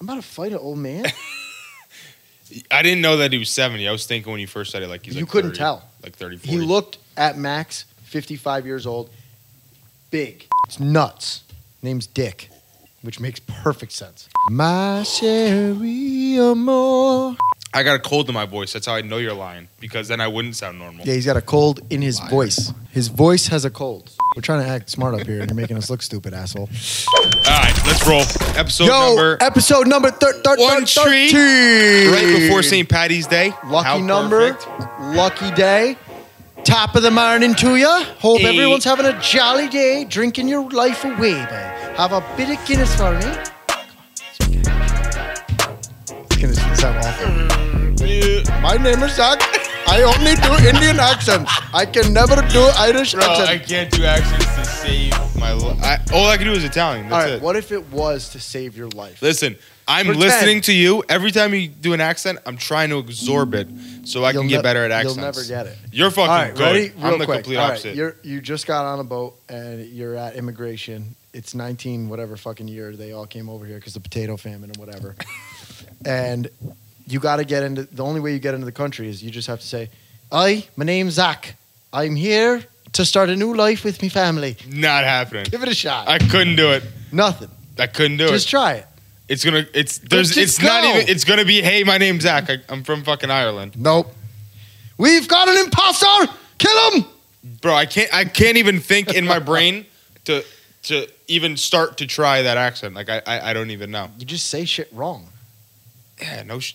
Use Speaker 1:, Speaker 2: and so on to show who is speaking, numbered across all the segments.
Speaker 1: I'm about to fight an old man.
Speaker 2: I didn't know that he was 70. I was thinking when you first said it, like he's
Speaker 1: You
Speaker 2: like
Speaker 1: couldn't
Speaker 2: 30,
Speaker 1: tell.
Speaker 2: Like 30, 40.
Speaker 1: he looked at Max, 55 years old, big. It's nuts. Name's Dick, which makes perfect sense. My Sherry Amore.
Speaker 2: I got a cold in my voice. That's how I know you're lying because then I wouldn't sound normal.
Speaker 1: Yeah, he's got a cold in his
Speaker 2: Liar.
Speaker 1: voice. His voice has a cold. We're trying to act smart up here, and you're making us look stupid, asshole.
Speaker 2: All right, let's roll. Episode
Speaker 1: Yo,
Speaker 2: number
Speaker 1: episode number thir- thir-
Speaker 2: One
Speaker 1: thir-
Speaker 2: tree,
Speaker 1: 13.
Speaker 2: right before St. Patty's Day.
Speaker 1: Lucky
Speaker 2: How
Speaker 1: number,
Speaker 2: perfect.
Speaker 1: lucky day. Top of the morning to ya. Hope
Speaker 2: Eight.
Speaker 1: everyone's having a jolly day, drinking your life away, babe. Have a bit of Guinness for me. It's gonna sound awful.
Speaker 2: Yeah.
Speaker 1: My name is Zach. I only do Indian accents. I can never do Irish
Speaker 2: Bro,
Speaker 1: accents.
Speaker 2: I can't do accents to save my life. All I can do is Italian.
Speaker 1: All
Speaker 2: That's
Speaker 1: right,
Speaker 2: it.
Speaker 1: what if it was to save your life?
Speaker 2: Listen, I'm
Speaker 1: Pretend.
Speaker 2: listening to you. Every time you do an accent, I'm trying to absorb it so I
Speaker 1: You'll
Speaker 2: can get
Speaker 1: ne-
Speaker 2: better at accents.
Speaker 1: You'll never get it.
Speaker 2: You're fucking
Speaker 1: All right,
Speaker 2: good.
Speaker 1: ready? Real
Speaker 2: I'm the
Speaker 1: quick.
Speaker 2: complete
Speaker 1: All right,
Speaker 2: opposite.
Speaker 1: You're, you just got on a boat and you're at immigration. It's 19, whatever fucking year they all came over here because the potato famine and whatever. and you got to get into the only way you get into the country is you just have to say, "I, my name's Zach. I'm here to start a new life with my family."
Speaker 2: Not happening.
Speaker 1: Give it a shot.
Speaker 2: I couldn't do it.
Speaker 1: Nothing.
Speaker 2: I couldn't do
Speaker 1: Just
Speaker 2: it.
Speaker 1: try it.
Speaker 2: It's gonna. It's there's.
Speaker 1: just
Speaker 2: It's not
Speaker 1: go.
Speaker 2: even. It's gonna be. Hey, my name's Zach. I, I'm from fucking Ireland,
Speaker 1: Nope. We've got an imposter. Kill him.
Speaker 2: bro. I can't. I can't even think in my brain to to even start to try that accent. Like I. I, I don't even know.
Speaker 1: You just say shit wrong.
Speaker 2: Yeah. No. Sh-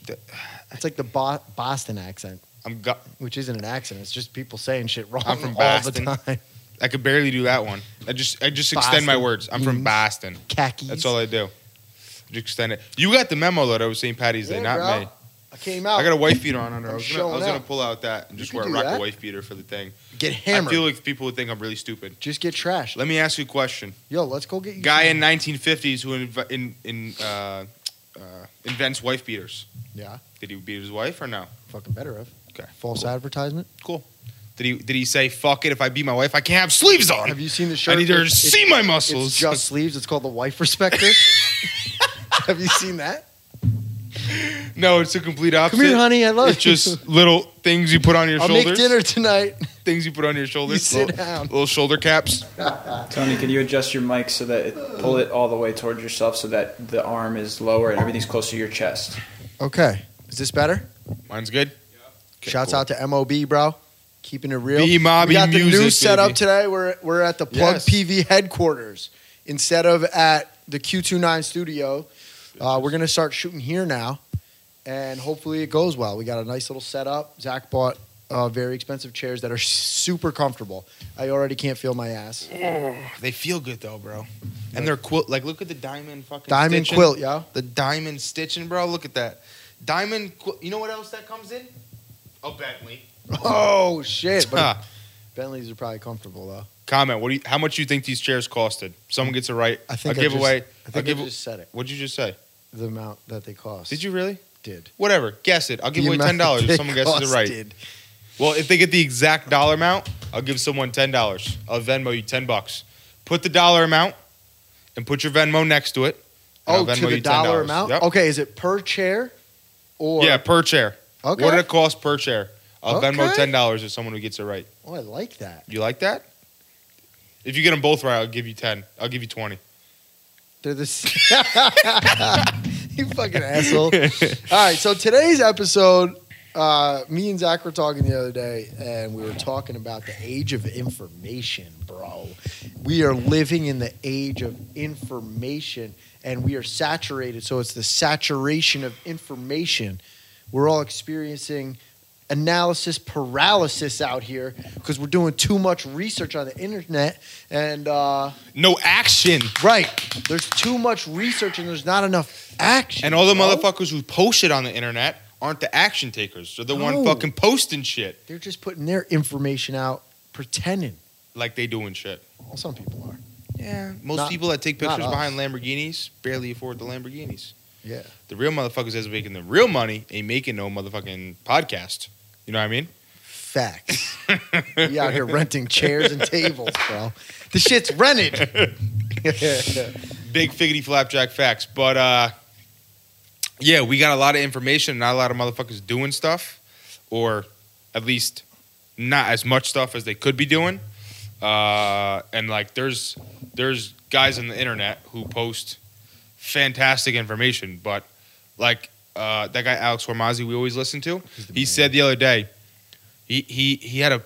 Speaker 1: It's like the Bo- Boston accent.
Speaker 2: I'm. Go-
Speaker 1: which isn't an accent. It's just people saying shit wrong
Speaker 2: I'm from
Speaker 1: all
Speaker 2: Boston.
Speaker 1: the time.
Speaker 2: I could barely do that one. I just. I just extend my
Speaker 1: Boston.
Speaker 2: words. I'm from
Speaker 1: Mm.
Speaker 2: Boston.
Speaker 1: Khakis.
Speaker 2: That's all I do. Just extend it. You got the memo though. That was St. Patty's Day,
Speaker 1: Yeah,
Speaker 2: not
Speaker 1: bro.
Speaker 2: me.
Speaker 1: I came out.
Speaker 2: I got a white beater on under. I
Speaker 1: I'm
Speaker 2: was, gonna, I was
Speaker 1: showing
Speaker 2: gonna
Speaker 1: out.
Speaker 2: pull out that and just
Speaker 1: can
Speaker 2: wear a
Speaker 1: do
Speaker 2: rock a
Speaker 1: that.
Speaker 2: white beater for the thing.
Speaker 1: get
Speaker 2: I
Speaker 1: hammered.
Speaker 2: feel like people would think I'm really stupid.
Speaker 1: just get trashed.
Speaker 2: Let me ask you a question.
Speaker 1: Yo, let's go get you.
Speaker 2: Guy
Speaker 1: some-
Speaker 2: in 1950s who inv- in, in, uh, uh, invents wife beaters.
Speaker 1: yeah,
Speaker 2: Did he beat his wife or no?
Speaker 1: fucking better of.
Speaker 2: Okay.
Speaker 1: False advertisement.
Speaker 2: Did he Did he say fuck it if I beat my wife I can't have sleeves on?
Speaker 1: Have you seen the shirt?
Speaker 2: I need her to
Speaker 1: It's-
Speaker 2: see my
Speaker 1: It's,
Speaker 2: muscles.
Speaker 1: it's just sleeves. It's called the wife respecter. Have you seen that?
Speaker 2: no, it's the complete opposite.
Speaker 1: Come here, honey. I love
Speaker 2: It's
Speaker 1: you.
Speaker 2: just little things you put on your
Speaker 1: I'll
Speaker 2: shoulders.
Speaker 1: make dinner tonight.
Speaker 2: Things you put on your shoulders.
Speaker 1: You sit
Speaker 2: little,
Speaker 1: down.
Speaker 2: little shoulder caps.
Speaker 3: Tony, could you adjust your mic so that it, pull it all the way towards yourself so that the arm is lower and everything's close to your chest?
Speaker 1: Okay, is this better?
Speaker 2: Mine's good. Okay,
Speaker 1: Shouts
Speaker 2: cool.
Speaker 1: out to Mob, bro. Keeping it real.
Speaker 2: B Mobby
Speaker 1: we got the new
Speaker 2: Music,
Speaker 1: setup
Speaker 2: baby.
Speaker 1: today. We're we're at the Plug
Speaker 2: Yes.
Speaker 1: PV headquarters instead of at the Q29 studio. Uh, we're gonna start shooting here now, and hopefully it goes well. We got a nice little setup. Zach bought uh, very expensive chairs that are super comfortable. I already can't feel my ass.
Speaker 2: They feel good though, bro. And they're quilt. Like, look at the diamond fucking
Speaker 1: Diamond
Speaker 2: stitching.
Speaker 1: quilt, yo.
Speaker 2: The diamond stitching, bro. Look at that. Diamond quilt. You know what else that comes in? A Bentley.
Speaker 1: Oh shit! But
Speaker 2: Huh.
Speaker 1: Bentleys are probably comfortable though.
Speaker 2: Comment. What do you? How much you think these chairs costed? Someone gets it right.
Speaker 1: I think
Speaker 2: a
Speaker 1: I
Speaker 2: giveaway.
Speaker 1: I
Speaker 2: a
Speaker 1: think I
Speaker 2: give-
Speaker 1: just said it.
Speaker 2: What'd you just say?
Speaker 1: The amount that they cost.
Speaker 2: Did you really?
Speaker 1: Did.
Speaker 2: Whatever. Guess it. I'll give
Speaker 1: The
Speaker 2: away
Speaker 1: amount
Speaker 2: ten dollars
Speaker 1: they
Speaker 2: if someone guesses it right.
Speaker 1: costed.
Speaker 2: Well, if they get the exact dollar amount, I'll give someone ten dollars. I'll Venmo you ten bucks. Put the dollar amount and put your Venmo next to it. and
Speaker 1: Oh,
Speaker 2: I'll Venmo
Speaker 1: to the
Speaker 2: you
Speaker 1: dollar
Speaker 2: $10.
Speaker 1: amount. Oh,
Speaker 2: Yep.
Speaker 1: Okay, is it per chair? Or
Speaker 2: Yeah, per chair.
Speaker 1: okay.
Speaker 2: What did it cost per share? I'll Venmo
Speaker 1: Okay.
Speaker 2: ten dollars if someone who gets it right.
Speaker 1: oh, I like that.
Speaker 2: You like that? If you get them both right, I'll give you ten. I'll give you twenty.
Speaker 1: They're the s- you fucking asshole. All right, so today's episode, uh, me and Zach were talking the other day, and we were talking about the age of information, bro. We are living in the age of information, and we are saturated. So it's the saturation of information. We're all experiencing analysis paralysis out here because we're doing too much research on the internet and. Uh,
Speaker 2: No action.
Speaker 1: Right. There's too much research and there's not enough action.
Speaker 2: And all the
Speaker 1: bro.
Speaker 2: motherfuckers who post shit on the internet aren't the action takers. They're the one
Speaker 1: No.
Speaker 2: fucking posting shit
Speaker 1: They're just putting their information out, pretending.
Speaker 2: like they doing shit.
Speaker 1: Well, some people are.
Speaker 2: Yeah. Most
Speaker 1: Not-
Speaker 2: people that take
Speaker 1: not
Speaker 2: pictures
Speaker 1: us.
Speaker 2: behind Lamborghinis barely afford the Lamborghinis.
Speaker 1: Yeah.
Speaker 2: The real motherfuckers that's making the real money ain't making no motherfucking podcast. You know what I mean?
Speaker 1: Facts. we out here renting chairs and tables, bro. The shit's rented.
Speaker 2: Big figgity flapjack facts. But uh yeah, we got a lot of information, not a lot of motherfuckers doing stuff, or at least not as much stuff as they could be doing. Uh, and like, there's there's guys on the internet who post fantastic information, but like uh, that guy Alex Hormozzi, we always listen to. He said the other day, he he he had a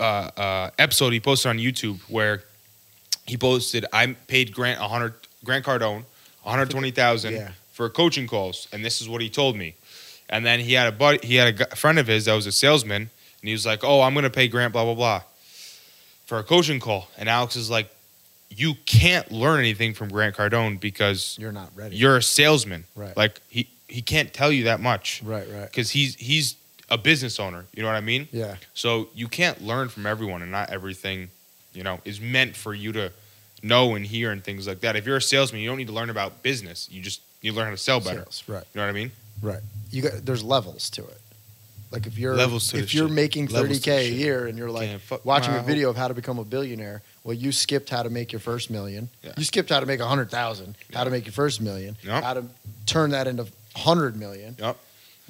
Speaker 2: uh, uh, episode he posted on YouTube where he posted I paid Grant a hundred Grant Cardone one hundred twenty thousand
Speaker 1: Yeah.
Speaker 2: for coaching calls, and this is what he told me. And then he had a buddy, he had a gu- friend of his that was a salesman, and he was like, "Oh, I'm gonna pay Grant blah blah blah for a coaching call," and Alex is like. You can't learn anything from Grant Cardone because
Speaker 1: You're not ready.
Speaker 2: you're a salesman.
Speaker 1: Right.
Speaker 2: Like he he can't tell you that much
Speaker 1: right, right.
Speaker 2: because he's he's a business owner. You know what I mean?
Speaker 1: Yeah.
Speaker 2: So you can't learn from everyone, and not everything, you know, is meant for you to know and hear and things like that. If you're a salesman, you don't need to learn about business. You just you learn how to sell better.
Speaker 1: Sales, right.
Speaker 2: You know what I mean?
Speaker 1: You got there's levels to it. Like if you're
Speaker 2: Levels to
Speaker 1: if
Speaker 2: this
Speaker 1: you're
Speaker 2: shit.
Speaker 1: making
Speaker 2: Levels
Speaker 1: thirty
Speaker 2: to
Speaker 1: k a
Speaker 2: this shit.
Speaker 1: year and you're like
Speaker 2: Can't fuck
Speaker 1: watching
Speaker 2: my
Speaker 1: a video of how to become a billionaire, well, you skipped how to make your first million.
Speaker 2: Yeah.
Speaker 1: You skipped how to make a hundred thousand, how to make your first million,
Speaker 2: Yep.
Speaker 1: how to turn that into hundred million.
Speaker 2: Yep.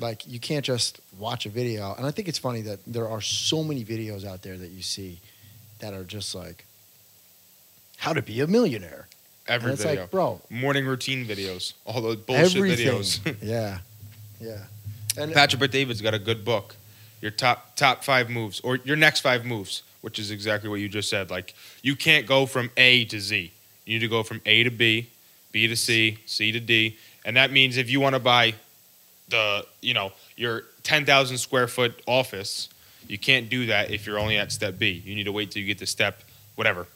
Speaker 1: Like you can't just watch a video. And I think it's funny that there are so many videos out there that you see that are just like how to be a millionaire.
Speaker 2: Every
Speaker 1: and it's
Speaker 2: video,
Speaker 1: like, bro,
Speaker 2: morning routine videos, all those bullshit
Speaker 1: everything.
Speaker 2: videos.
Speaker 1: yeah. Yeah. And
Speaker 2: Patrick But David's got a good book. Your top top five moves or your next five moves, which is exactly what you just said. Like you can't go from A to Z. You need to go from A to B, B to C, C to D, and that means if you want to buy the you know your ten thousand square foot office, you can't do that if you're only at step B. You need to wait till you get to step whatever.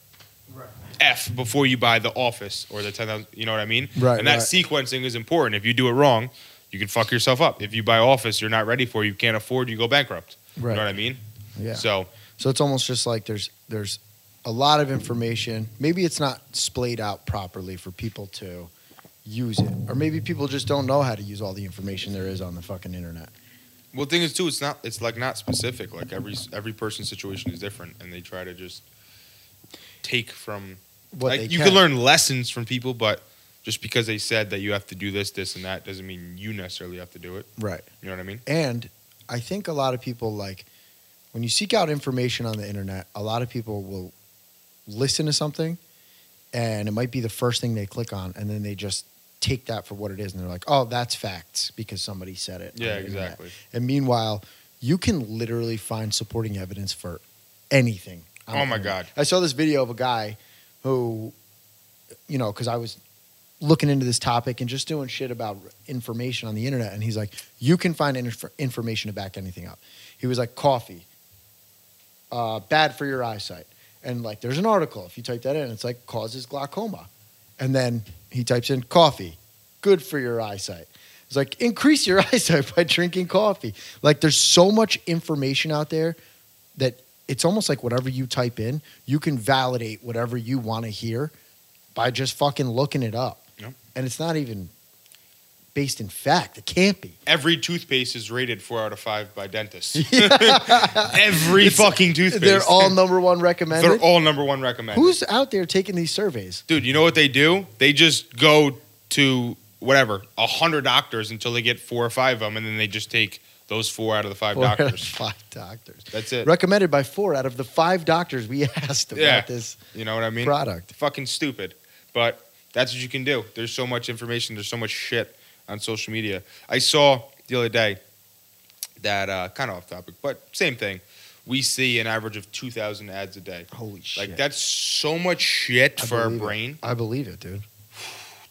Speaker 2: F before you buy the office or the ten thousand, you know what I mean?
Speaker 1: Right,
Speaker 2: And that
Speaker 1: right.
Speaker 2: sequencing is important. If you do it wrong, you can fuck yourself up. If you buy office, you're not ready for, it, you can't afford, you go bankrupt. You
Speaker 1: Right.
Speaker 2: know what I mean?
Speaker 1: yeah.
Speaker 2: So
Speaker 1: So it's almost just like there's there's a lot of information. Maybe it's not splayed out properly for people to use it, or maybe people just don't know how to use all the information there is on the fucking internet.
Speaker 2: well, thing is too, it's not, it's like not specific. Like every every person's situation is different, and they try to just take from.
Speaker 1: What
Speaker 2: like
Speaker 1: they
Speaker 2: you can learn lessons from people, but just because they said that you have to do this, this, and that doesn't mean you necessarily have to do it.
Speaker 1: right?
Speaker 2: You know what I mean?
Speaker 1: And I think a lot of people like when you seek out information on the internet, a lot of people will listen to something and it might be the first thing they click on and then they just take that for what it is and they're like, "Oh, that's facts because somebody said it." on
Speaker 2: Yeah,
Speaker 1: the internet."
Speaker 2: exactly.
Speaker 1: And meanwhile, you can literally find supporting evidence for anything. on
Speaker 2: Oh
Speaker 1: the
Speaker 2: my
Speaker 1: internet.
Speaker 2: God.
Speaker 1: I saw this video of a guy who, you know, because I was looking into this topic and just doing shit about information on the internet, and he's like, you can find inf- information to back anything up. He was like, coffee, uh, bad for your eyesight, and like, there's an article if you type that in, it's like causes glaucoma, and then he types in coffee, good for your eyesight. It's like increase your eyesight by drinking coffee. Like there's so much information out there that it's almost like whatever you type in, you can validate whatever you want to hear by just fucking looking it up.
Speaker 2: Yep.
Speaker 1: And it's not even based in fact. It can't be.
Speaker 2: Every toothpaste is rated four out of five by dentists. Every fucking toothpaste.
Speaker 1: They're all number one recommended.
Speaker 2: They're all number one recommended.
Speaker 1: Who's out there taking these surveys?
Speaker 2: Dude, you know what they do? They just go to whatever a hundred doctors until they get four or five of them, and then they just take those four out of the five
Speaker 1: Four out of
Speaker 2: doctors.
Speaker 1: Five doctors.
Speaker 2: That's it.
Speaker 1: Recommended by four out of the five doctors we asked about
Speaker 2: Yeah.
Speaker 1: this
Speaker 2: You know what I mean?
Speaker 1: product.
Speaker 2: Fucking stupid, but that's what you can do. There's so much information. There's so much shit on social media. I saw the other day that uh, kind of off topic, but same thing. We see an average of two thousand ads a day.
Speaker 1: Holy shit.
Speaker 2: Like that's so much shit
Speaker 1: I
Speaker 2: for our
Speaker 1: believe it.
Speaker 2: brain.
Speaker 1: I believe it, dude.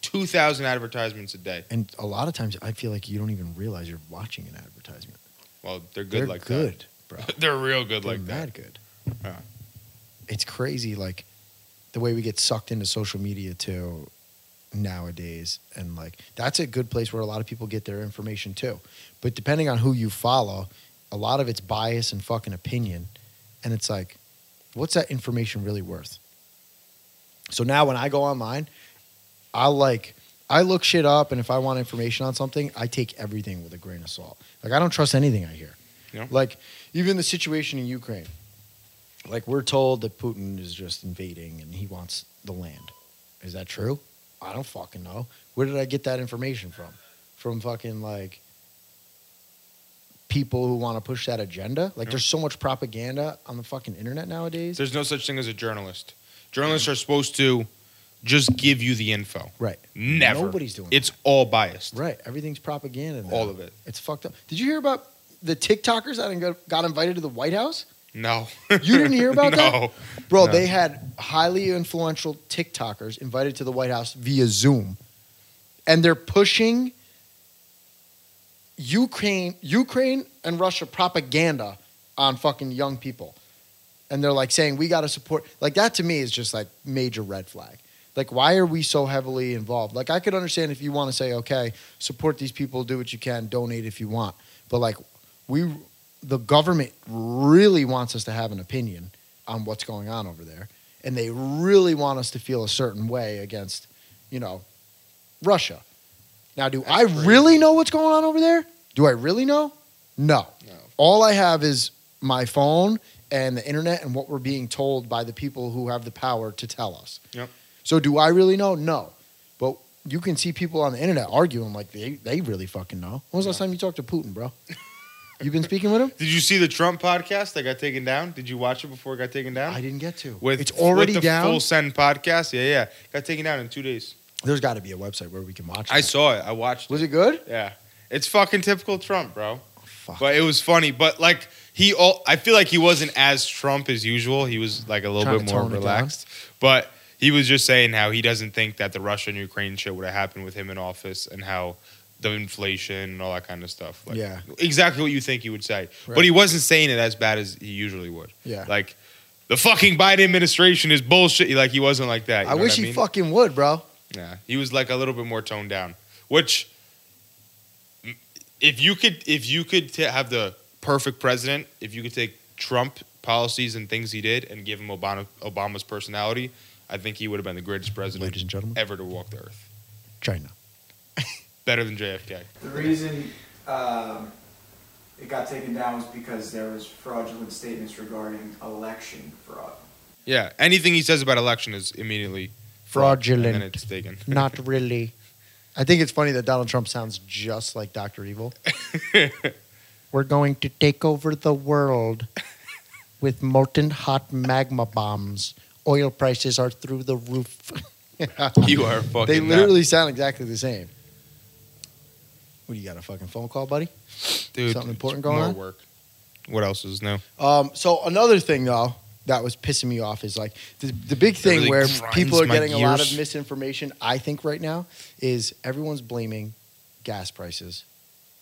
Speaker 2: Two thousand advertisements a day.
Speaker 1: And a lot of times I feel like you don't even realize you're watching an advertisement.
Speaker 2: Well, they're good
Speaker 1: They're
Speaker 2: like
Speaker 1: good, bro.
Speaker 2: that. They're real good
Speaker 1: They're
Speaker 2: like that.
Speaker 1: mad good.
Speaker 2: Yeah.
Speaker 1: It's crazy, like the way we get sucked into social media too nowadays, and like that's a good place where a lot of people get their information too. But depending on who you follow, a lot of it's bias and fucking opinion, and it's like, what's that information really worth? So now when I go online, I like. I look shit up, and if I want information on something, I take everything with a grain of salt. Like I don't trust anything I hear.
Speaker 2: Yeah.
Speaker 1: Like even the situation in Ukraine. Like we're told that Putin is just invading and he wants the land. Is that true? I don't fucking know. Where did I get that information from? from fucking like people who want to push that agenda. Like,
Speaker 2: Yeah.
Speaker 1: there's so much propaganda on the fucking internet nowadays.
Speaker 2: There's no such thing as a journalist. Journalists are supposed to just give you the info.
Speaker 1: Right.
Speaker 2: Never.
Speaker 1: Nobody's doing
Speaker 2: It's all biased.
Speaker 1: Right. Everything's propaganda. Now.
Speaker 2: All of it.
Speaker 1: It's fucked up. Did you hear about the TikTokers that got- got invited to the White House?
Speaker 2: No.
Speaker 1: You didn't hear about
Speaker 2: no.
Speaker 1: that? Bro,
Speaker 2: No.
Speaker 1: they had highly influential TikTokers invited to the White House via Zoom. And they're pushing Ukraine, Ukraine and Russia propaganda on fucking young people. And they're like saying we got to support like that to me is just like major red flag. Like why are we so heavily involved? Like I could understand if you want to say okay, support these people, do what you can, donate if you want. But like we the government really wants us to have an opinion on what's going on over there, and they really want us to feel a certain way against, you know, Russia. Now, do I really know what's going on over there? Do I really know? No.
Speaker 2: No.
Speaker 1: All I have is my phone and the internet and what we're being told by the people who have the power to tell us.
Speaker 2: Yep.
Speaker 1: So, do I really know? No. But you can see people on the internet arguing like they, they really fucking know. When was the last time you talked to Putin, bro? You've been speaking with him?
Speaker 2: Did you see the Trump podcast that got taken down? Did you watch it before it got taken down?
Speaker 1: I didn't get to.
Speaker 2: with
Speaker 1: it's already
Speaker 2: with the
Speaker 1: down.
Speaker 2: Full send podcast. Yeah, yeah. Got taken down in two days.
Speaker 1: There's got to be a website where we can watch.
Speaker 2: I
Speaker 1: that.
Speaker 2: saw it. I watched. it.
Speaker 1: was it good?
Speaker 2: Yeah, it's fucking typical Trump, bro.
Speaker 1: Oh, Fuck.
Speaker 2: But it was funny. But like he, all I feel like he wasn't as Trump as usual. He was like a little
Speaker 1: Trying
Speaker 2: bit
Speaker 1: to
Speaker 2: more
Speaker 1: tone it down.
Speaker 2: relaxed. But he was just saying how he doesn't think that the Russian Ukraine shit would have happened with him in office, and how the inflation and all that kind of stuff. Like,
Speaker 1: Yeah.
Speaker 2: exactly what you think he would say.
Speaker 1: Right.
Speaker 2: But he wasn't saying it as bad as he usually would.
Speaker 1: Yeah.
Speaker 2: like. The fucking Biden administration is bullshit. Like he wasn't like that. you
Speaker 1: I
Speaker 2: know
Speaker 1: wish
Speaker 2: what I
Speaker 1: he
Speaker 2: mean?
Speaker 1: fucking would, bro.
Speaker 2: Yeah, he was like a little bit more toned down. Which, if you could, if you could t- have the perfect president, if you could take Trump policies and things he did and give him Obama, Obama's personality, I think he would have been the greatest president
Speaker 1: Ladies and gentlemen,
Speaker 2: ever to walk the earth.
Speaker 1: China.
Speaker 2: Better than JFK.
Speaker 4: The reason um, it got taken down was because there was fraudulent statements regarding election fraud.
Speaker 2: Yeah, anything he says about election is immediately
Speaker 1: Fraudulent.
Speaker 2: and then it's taken.
Speaker 1: Not really. I think it's funny that Donald Trump sounds just like Dr. Evil. We're going to take over the world with molten hot magma bombs. Oil prices are through the roof.
Speaker 2: you are fucking.
Speaker 1: they
Speaker 2: nuts.
Speaker 1: literally sound exactly the same. What do you got a fucking phone call, buddy?
Speaker 2: dude,
Speaker 1: something
Speaker 2: it's
Speaker 1: important going
Speaker 2: more
Speaker 1: on?
Speaker 2: Work. What else is new?
Speaker 1: Um, so another thing though that was pissing me off is like the, the big thing
Speaker 2: really
Speaker 1: where
Speaker 2: grinds
Speaker 1: people are
Speaker 2: my
Speaker 1: getting a lot
Speaker 2: gears.
Speaker 1: of misinformation. I think right now is everyone's blaming gas prices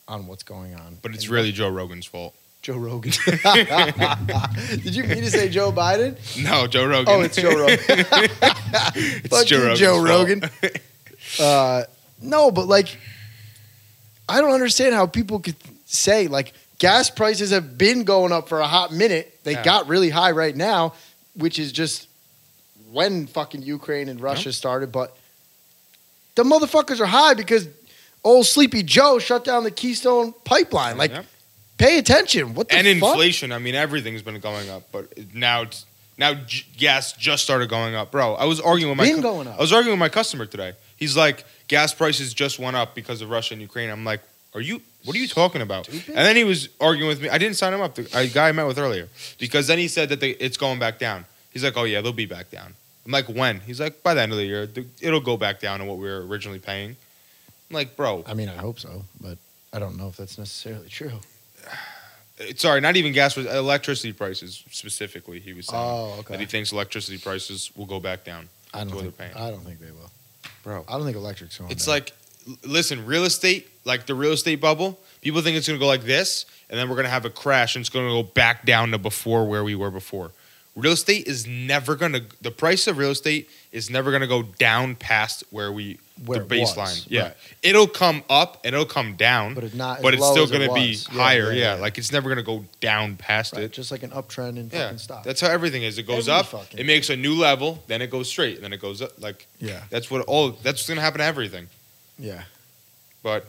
Speaker 1: on what's going on.
Speaker 2: But it's
Speaker 1: And
Speaker 2: really Joe Rogan's fault.
Speaker 1: Joe Rogan. Did you mean to say Joe Biden?
Speaker 2: No, Joe Rogan.
Speaker 1: Oh, it's Joe Rogan.
Speaker 2: it's
Speaker 1: Fuck you,
Speaker 2: Rogan's
Speaker 1: Joe
Speaker 2: fault.
Speaker 1: Rogan. Uh, no, but like, I don't understand how people could say like gas prices have been going up for a hot minute. They
Speaker 2: Yeah.
Speaker 1: got really high right now, which is just when fucking Ukraine and Russia started. But the motherfuckers are high because old Sleepy Joe shut down the Keystone pipeline. Like,
Speaker 2: Yep.
Speaker 1: pay attention. What the
Speaker 2: and
Speaker 1: fuck?
Speaker 2: inflation. I mean, everything's been going up, but now it's now j- gas just started going up, bro. I was arguing with my
Speaker 1: Been
Speaker 2: cu-
Speaker 1: going up.
Speaker 2: I was arguing with my customer today. He's like, gas prices just went up because of Russia and Ukraine. I'm like, are you? What are you talking about?
Speaker 1: Stupid.
Speaker 2: And then he was arguing with me. I didn't sign him up. The a guy I met with earlier, because then he said that they, it's going back down. He's like, oh yeah, they'll be back down. I'm like, when? He's like, by the end of the year, th- it'll go back down to what we were originally paying. I'm like, bro,
Speaker 1: I mean, I hope so, but I don't know if that's necessarily true.
Speaker 2: Uh, sorry, not even gas, prices, electricity prices specifically. He was saying
Speaker 1: Oh, okay.
Speaker 2: that he thinks electricity prices will go back down.
Speaker 1: I don't
Speaker 2: Toilet
Speaker 1: think.
Speaker 2: paint.
Speaker 1: I don't think they will,
Speaker 2: Bro.
Speaker 1: I don't think electric's going.
Speaker 2: It's
Speaker 1: down.
Speaker 2: like, l- listen, real estate, like the real estate bubble, people think it's going to go like this, and then we're going to have a crash and it's going to go back down to before where we were before. Real estate is never going to, the price of real estate is never going to go down past where we,
Speaker 1: Where
Speaker 2: the
Speaker 1: it
Speaker 2: baseline.
Speaker 1: was,
Speaker 2: yeah.
Speaker 1: right.
Speaker 2: It'll come up and it'll come down,
Speaker 1: but it's not.
Speaker 2: but
Speaker 1: as
Speaker 2: it's
Speaker 1: low
Speaker 2: still
Speaker 1: as it
Speaker 2: going to be
Speaker 1: was.
Speaker 2: higher. Yeah, Like it's never going to go down past
Speaker 1: Right,
Speaker 2: it.
Speaker 1: just like an uptrend in
Speaker 2: Yeah,
Speaker 1: fucking stock.
Speaker 2: that's how everything is. It goes
Speaker 1: Every
Speaker 2: up,
Speaker 1: fucking
Speaker 2: it makes a new level, then it goes straight, and then it goes up. Like
Speaker 1: yeah,
Speaker 2: that's what all that's what's gonna happen to everything.
Speaker 1: yeah.
Speaker 2: But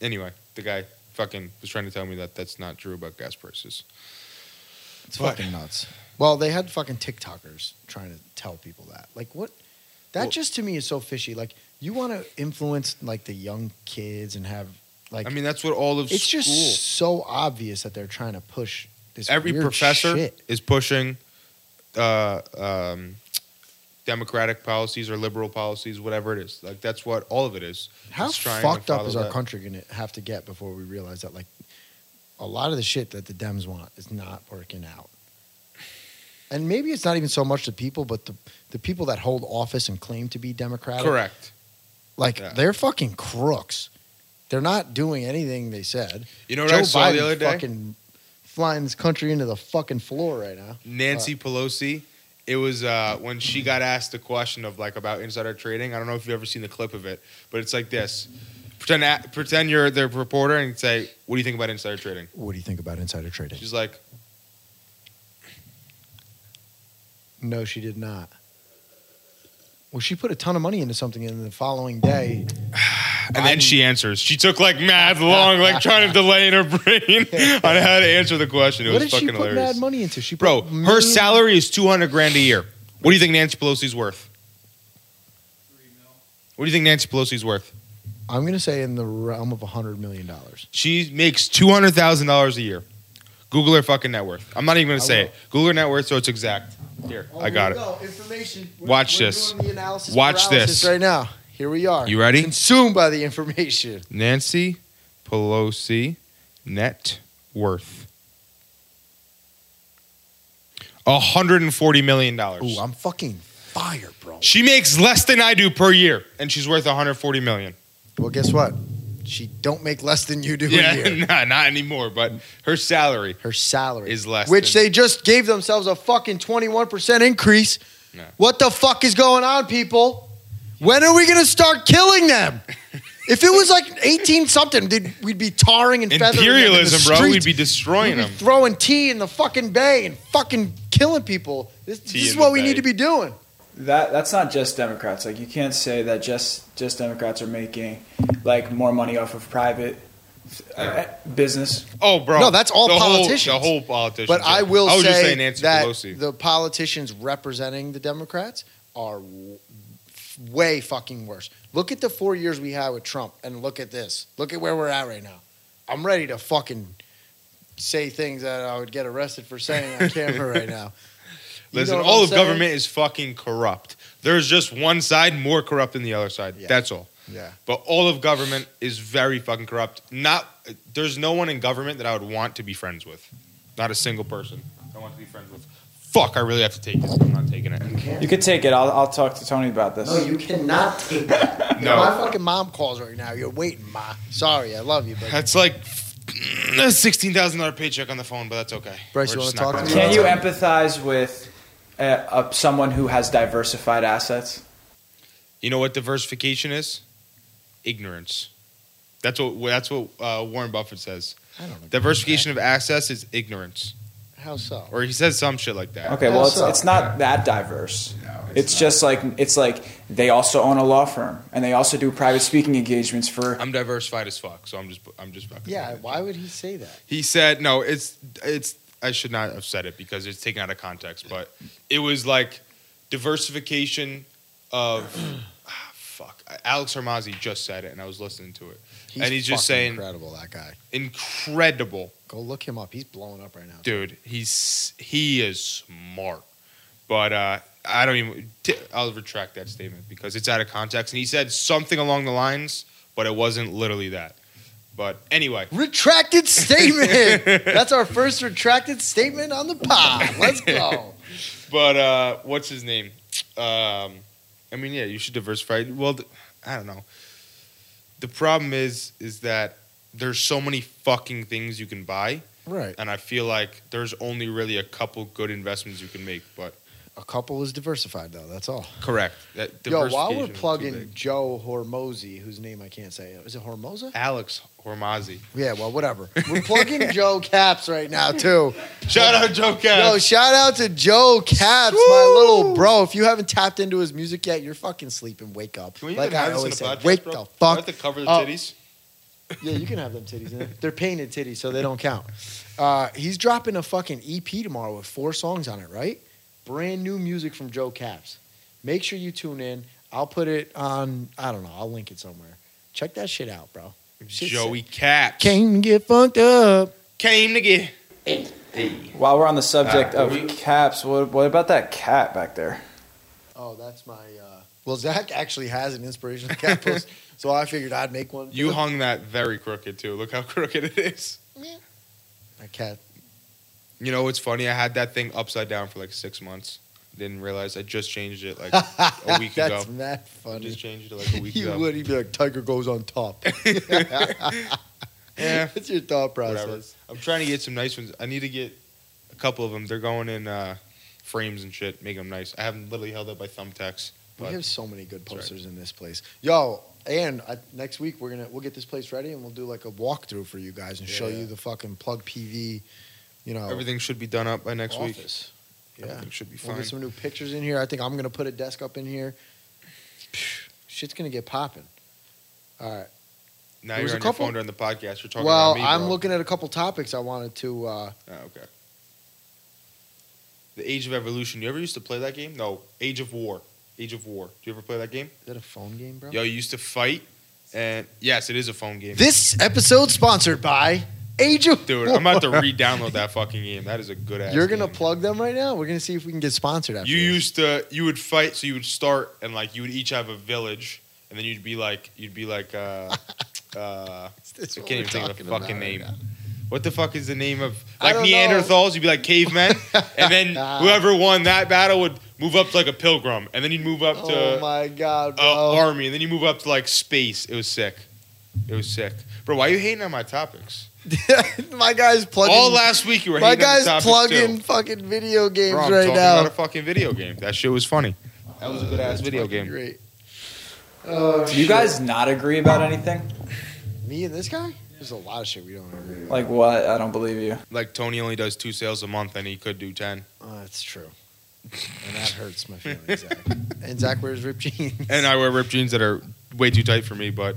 Speaker 2: anyway, the guy fucking was trying to tell me that that's not true about gas prices.
Speaker 1: It's
Speaker 2: But-
Speaker 1: fucking nuts. Well, they had fucking TikTokers trying to tell people that. Like what? That
Speaker 2: Well-
Speaker 1: just to me is so fishy. Like You want to influence like the young kids and have like
Speaker 2: I mean, that's what all of
Speaker 1: it's
Speaker 2: school.
Speaker 1: just so obvious that they're trying to push this
Speaker 2: every
Speaker 1: weird
Speaker 2: professor
Speaker 1: shit.
Speaker 2: is pushing uh, um, democratic policies or liberal policies, whatever it is. Like that's what all of it is.
Speaker 1: How
Speaker 2: It's trying to
Speaker 1: fucked up
Speaker 2: follow
Speaker 1: is our
Speaker 2: that.
Speaker 1: country going to have to get before we realize that like a lot of the shit that the Dems want is not working out. And maybe it's not even so much the people, but the, the people that hold office and claim to be Democratic.
Speaker 2: Correct.
Speaker 1: Like
Speaker 2: Yeah.
Speaker 1: they're fucking crooks. They're not doing anything they said.
Speaker 2: You know what
Speaker 1: Joe
Speaker 2: I saw
Speaker 1: Biden
Speaker 2: the other day?
Speaker 1: fucking flying this country into the fucking floor right now.
Speaker 2: Nancy Pelosi. It was uh, when she got asked the question of like about insider trading. I don't know if you've ever seen the clip of it, but it's like this: pretend pretend you're the reporter and say, "What do you think about insider trading?"
Speaker 1: What do you think about insider trading?
Speaker 2: She's like,
Speaker 1: No, she did not. Well, she put a ton of money into something, and the following day,
Speaker 2: And then she answers. She took like mad long, like trying to delay in her brain on how to answer the question. It
Speaker 1: what did
Speaker 2: was
Speaker 1: she
Speaker 2: fucking
Speaker 1: put
Speaker 2: hilarious.
Speaker 1: mad money into? She put
Speaker 2: Bro, her
Speaker 1: million-
Speaker 2: salary is 200 grand a year. What do you think Nancy Pelosi's worth? What do you think Nancy Pelosi's worth?
Speaker 1: I'm gonna say in the realm of hundred million dollars.
Speaker 2: She makes $200,000 a year. Google her fucking net worth. I'm not even going to
Speaker 1: I
Speaker 2: say
Speaker 1: will.
Speaker 2: it. Google her net worth so it's exact. Here, I got it.
Speaker 1: Information.
Speaker 2: We're- Watch we're this. doing Watch paralysis this.
Speaker 1: right now. Here we are.
Speaker 2: You ready?
Speaker 1: Consumed by the information.
Speaker 2: Nancy Pelosi net worth. $140 million.
Speaker 1: Ooh, I'm fucking fired, bro.
Speaker 2: She makes less than I do per year, and she's worth 140 million.
Speaker 1: Well, guess what? She don't make less than you do a year.
Speaker 2: Yeah, nah, not anymore. But her salary,
Speaker 1: Her salary
Speaker 2: Is less
Speaker 1: which
Speaker 2: than-
Speaker 1: they just gave themselves a fucking twenty-one percent increase.
Speaker 2: No.
Speaker 1: What the fuck is going on, people? When are we gonna start killing them? if it was like eighteen something, dude, we'd be tarring and feathering them in the
Speaker 2: imperialism, bro. We'd
Speaker 1: streets. Mm-hmm.
Speaker 2: be destroying
Speaker 1: We'd
Speaker 2: them.
Speaker 1: be throwing tea in the fucking bay and fucking killing people. This, this
Speaker 2: Tea
Speaker 1: is
Speaker 2: in
Speaker 1: what
Speaker 2: the
Speaker 1: we
Speaker 2: bay.
Speaker 1: need to be doing.
Speaker 3: That that's not just Democrats. Like you can't say that just just Democrats are making like more money off of private uh, business.
Speaker 2: Oh, bro.
Speaker 1: No, that's all
Speaker 2: the whole-
Speaker 1: politicians.
Speaker 2: the whole politicians.
Speaker 1: But I
Speaker 2: yeah.
Speaker 1: will
Speaker 2: I was
Speaker 1: say
Speaker 2: just saying Nancy
Speaker 1: that
Speaker 2: Pelosi.
Speaker 1: the politicians representing the Democrats are w- way fucking worse. Look at the four years we had with Trump, and look at this. Look at where we're at right now. I'm ready to fucking say things that I would get arrested for saying on camera right now. You
Speaker 2: Listen,
Speaker 1: know what
Speaker 2: all
Speaker 1: I'm
Speaker 2: of
Speaker 1: saying?
Speaker 2: government is fucking corrupt. There's just one side more corrupt than the other side.
Speaker 1: Yeah.
Speaker 2: That's all.
Speaker 1: Yeah.
Speaker 2: But all of government is very fucking corrupt. Not there's no one in government that I would want to be friends with. Not a single person I want to be friends with. Fuck, I really have to take this. I'm not taking it.
Speaker 3: You could take it. I'll, I'll talk to Tony about this.
Speaker 1: No, you cannot take that.
Speaker 2: No.
Speaker 1: My fucking mom calls right now. You're waiting, ma. Sorry, I love you, but
Speaker 2: That's like a sixteen thousand dollar paycheck on the phone, but that's okay.
Speaker 1: Bryce, you
Speaker 2: We're
Speaker 1: wanna
Speaker 2: just not
Speaker 1: talk to
Speaker 2: gonna
Speaker 1: me?
Speaker 3: Can you empathize with uh, uh, someone who has diversified assets?
Speaker 2: You know what diversification is? Ignorance. That's what that's what uh, Warren Buffett says.
Speaker 1: I don't know.
Speaker 2: Diversification of assets is ignorance,
Speaker 1: How so?
Speaker 2: or he says some shit like that.
Speaker 3: Okay, well, it's,
Speaker 1: Yeah, so-
Speaker 3: it's not that diverse. it's just like it's like they also own a law firm and they also do private speaking engagements for.
Speaker 2: I'm diversified as fuck, so I'm just I'm just fucking.
Speaker 1: Yeah, why would he say that?
Speaker 2: He said no. It's it's. I should not have said it because it's taken out of context, but it was like diversification of. ah, fuck. Alex Hermazzi just said it, and I was listening to it. and he's just
Speaker 1: fucking
Speaker 2: saying
Speaker 1: incredible, that guy.
Speaker 2: incredible
Speaker 1: Go look him up. He's blowing up right now.
Speaker 2: dude he's he is smart but uh i don't even t- i'll retract that statement because it's out of context and he said something along the lines but it wasn't literally that but anyway
Speaker 1: Retracted statement. That's our first retracted statement on the pod. Let's go.
Speaker 2: but uh what's his name um i mean yeah you should diversify well th- i don't know the problem is is that there's so many fucking things you can buy
Speaker 1: Right.
Speaker 2: and i feel like there's only really a couple good investments you can make but
Speaker 1: A couple is diversified though. That's all.
Speaker 2: correct that
Speaker 1: Yo, while
Speaker 2: diversification is
Speaker 1: we're
Speaker 2: too big.
Speaker 1: plugging Joe Hormozzi, whose name I can't say, is it Hormoza?
Speaker 2: Alex Hormozzi.
Speaker 1: Yeah, well, whatever. We're plugging Joe Caps right now too.
Speaker 2: Shout out Joe
Speaker 1: Yo,
Speaker 2: Cash.
Speaker 1: shout out to Joe Caps, my little bro. If you haven't tapped into his music yet, you're fucking sleeping. Wake up.
Speaker 2: Can we
Speaker 1: Like
Speaker 2: even
Speaker 1: I
Speaker 2: have this
Speaker 1: always
Speaker 2: in a
Speaker 1: say,
Speaker 2: podcast,
Speaker 1: wake
Speaker 2: bro?
Speaker 1: the
Speaker 2: Do I have
Speaker 1: fuck
Speaker 2: to cover the
Speaker 1: up.
Speaker 2: titties.
Speaker 1: Yeah, you can have them titties. In there. They're painted titties, so they don't count. Uh, he's dropping a fucking EP tomorrow with four songs on it, right? Brand new music from Joe Caps. Make sure you tune in. I'll put it on. I don't know. I'll link it somewhere. Check that shit out, bro. Shit's
Speaker 2: Joey Caps
Speaker 1: Came and get funked up.
Speaker 2: came to get.
Speaker 3: While we're on the subject
Speaker 2: Ah,
Speaker 3: of caps, what, what about that cat back there?
Speaker 1: Oh, that's my. Uh, well, Zach actually has an inspirational cat post, so I figured I'd make one. for
Speaker 2: You
Speaker 1: him.
Speaker 2: hung that very crooked too. Look how crooked it is.
Speaker 1: my cat.
Speaker 2: You know what's funny? I had that thing upside down for like six months. Didn't realize I just changed it like a week
Speaker 1: that's
Speaker 2: ago.
Speaker 1: mad
Speaker 2: I
Speaker 1: funny.
Speaker 2: just changed it like a week
Speaker 1: you
Speaker 2: ago.
Speaker 1: would. He'd be like, "Tiger goes on top."
Speaker 2: Yeah.
Speaker 1: that's your thought process.
Speaker 2: Whatever. I'm trying to get some nice ones. I need to get a couple of them. They're going in uh, frames and shit, make them nice. I have them literally held up by thumbtacks.
Speaker 1: We
Speaker 2: But
Speaker 1: have so many good
Speaker 2: That's right.
Speaker 1: posters in this place, yo. And I, next week we're gonna we'll get this place ready and we'll do like a walkthrough for you guys and show
Speaker 2: Yeah.
Speaker 1: you the fucking plug PV, you know,
Speaker 2: everything should be done up by next week.
Speaker 1: Oh. office. Yeah,
Speaker 2: Everything should be
Speaker 1: we'll
Speaker 2: fine.
Speaker 1: get some new pictures in here. I think I'm gonna put a desk up in here. Phew, Shit's gonna get popping. All right.
Speaker 2: now
Speaker 1: there
Speaker 2: you're
Speaker 1: was
Speaker 2: on
Speaker 1: a
Speaker 2: your
Speaker 1: couple-
Speaker 2: phone during the podcast. You're talking
Speaker 1: Well,
Speaker 2: about me,
Speaker 1: I'm
Speaker 2: bro.
Speaker 1: looking at a couple topics I wanted to. Uh,
Speaker 2: Oh, okay. The Age of Evolution. You ever used to play that game? No. Age of War. Age of War. Do you ever play that game?
Speaker 1: is that a phone game, bro?
Speaker 2: Yo, you used to fight, and yes, it is a phone game.
Speaker 1: This episode sponsored by Age of
Speaker 2: Dude, I'm about to re-download that fucking game. That is a good ass.
Speaker 1: You're gonna
Speaker 2: game.
Speaker 1: plug them right now. We're gonna see if we can get sponsored after
Speaker 2: You
Speaker 1: this.
Speaker 2: used to you would fight, so you would start and like you would each have a village, and then you'd be like you'd be like uh, uh,
Speaker 1: It's this
Speaker 2: I
Speaker 1: what
Speaker 2: can't
Speaker 1: we're
Speaker 2: even think of the
Speaker 1: talking about
Speaker 2: fucking
Speaker 1: right
Speaker 2: name.
Speaker 1: now.
Speaker 2: What the fuck is the name of
Speaker 1: I
Speaker 2: like
Speaker 1: don't know.
Speaker 2: Neanderthals? You'd be like cavemen, and then whoever won that battle would move up to like a pilgrim, and then you'd move up
Speaker 1: Oh
Speaker 2: to
Speaker 1: my god, bro!
Speaker 2: uh, army, and then you move up to like space. It was sick. It was sick, bro. Why are you hating on my topics?
Speaker 1: my guy's plugging.
Speaker 2: All last week you were
Speaker 1: my
Speaker 2: hating on
Speaker 1: guy's
Speaker 2: the topics
Speaker 1: plugging
Speaker 2: too.
Speaker 1: fucking video games
Speaker 2: Bro, I'm
Speaker 1: right
Speaker 2: talking
Speaker 1: now.
Speaker 2: about a fucking video game. That shit was funny. That was a good ass
Speaker 1: That's
Speaker 2: video
Speaker 1: fucking
Speaker 2: game.
Speaker 1: Great. Oh,
Speaker 3: Do you guys not agree about anything?
Speaker 1: me and this guy? There's a lot of shit we don't agree. on.
Speaker 3: Like what? I don't believe you.
Speaker 2: Like Tony only does two sales a month, and he could do ten.
Speaker 1: Oh, that's true. And that hurts my feelings, Zach. And Zach wears ripped jeans.
Speaker 2: And I wear ripped jeans that are way too tight for me, but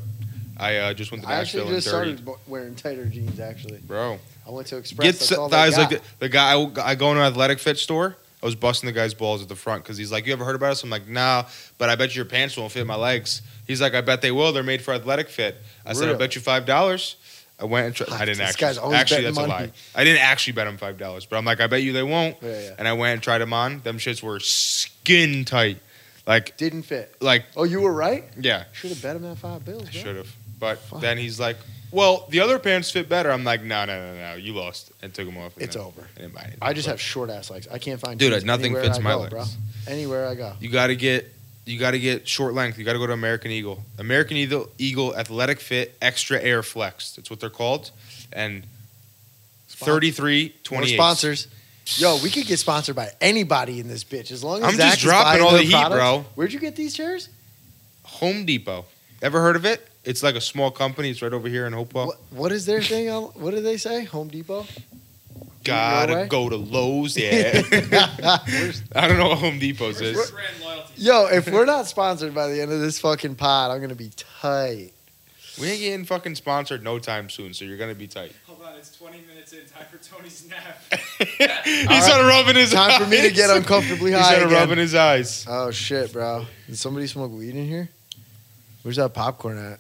Speaker 2: I uh, just went to
Speaker 1: I actually
Speaker 2: Nashville and
Speaker 1: just
Speaker 2: dirty,
Speaker 1: started bo- wearing tighter jeans. Actually,
Speaker 2: bro.
Speaker 1: I went to Express.
Speaker 2: Get
Speaker 1: that's
Speaker 2: s-
Speaker 1: all they
Speaker 2: guys
Speaker 1: got.
Speaker 2: like the, the guy. I, I go in an athletic fit store. I was busting the guy's balls at the front because he's like, "You ever heard about us?" I'm like, "Nah," but I bet your pants won't fit my legs. He's like, "I bet they will. They're made for athletic fit." I said, "I
Speaker 1: Really?
Speaker 2: bet you five dollars." I went and tried.
Speaker 1: Fuck,
Speaker 2: I didn't
Speaker 1: this
Speaker 2: actually.
Speaker 1: guy's always
Speaker 2: actually,
Speaker 1: betting
Speaker 2: that's a
Speaker 1: money.
Speaker 2: lie. I didn't actually bet him five dollars, but I'm like, "I bet you they won't."
Speaker 1: Yeah, yeah.
Speaker 2: And I went and tried them on. Them shits were skin tight, like
Speaker 1: didn't fit.
Speaker 2: like
Speaker 1: Oh, you were right.
Speaker 2: yeah.
Speaker 1: Should have bet him that five bills. bro.
Speaker 2: I should have. But
Speaker 1: Fuck.
Speaker 2: then he's like, "Well, the other pants fit better." I'm like, "No, no, no, no, you lost," and took them off. and
Speaker 1: It's
Speaker 2: then
Speaker 1: over.
Speaker 2: I didn't buy anything.
Speaker 1: I just
Speaker 2: But
Speaker 1: have short ass legs. I can't find
Speaker 2: Dude,
Speaker 1: jeans
Speaker 2: nothing
Speaker 1: anywhere
Speaker 2: fits
Speaker 1: I
Speaker 2: my
Speaker 1: go,
Speaker 2: legs.
Speaker 1: bro. Anywhere I go,
Speaker 2: You got to get. You got to get short length. You got to go to American Eagle. American Eagle, Eagle Athletic Fit Extra Air Flex. That's what they're called. And
Speaker 1: Spon-
Speaker 2: 33,
Speaker 1: more
Speaker 2: 28.
Speaker 1: sponsors. Yo, we could get sponsored by anybody in this bitch as long as
Speaker 2: I'm
Speaker 1: Zach
Speaker 2: just
Speaker 1: is
Speaker 2: dropping
Speaker 1: buying
Speaker 2: all
Speaker 1: their
Speaker 2: the heat,
Speaker 1: products.
Speaker 2: bro.
Speaker 1: Where'd you get these chairs?
Speaker 2: Home Depot. Ever heard of it? It's like a small company. It's right over here in Hopewell.
Speaker 1: What, what is their thing? on- What do they say? Home Depot.
Speaker 2: Gotta
Speaker 1: way?
Speaker 2: go to Lowe's. Yeah. I don't know what Home Depot's
Speaker 1: Where's-
Speaker 2: is.
Speaker 5: brand loyalty.
Speaker 1: Yo, if we're not sponsored by the end of this fucking pod, I'm gonna be tight.
Speaker 2: We ain't getting fucking sponsored no time soon, so you're gonna be tight.
Speaker 5: Hold on, it's 20 minutes in. Time for Tony's nap.
Speaker 2: he started rubbing his eyes.
Speaker 1: Time for me to get uncomfortably
Speaker 2: He
Speaker 1: high
Speaker 2: started
Speaker 1: again.
Speaker 2: rubbing his eyes.
Speaker 1: Oh shit, bro! Did somebody smoke weed in here? Where's that popcorn at?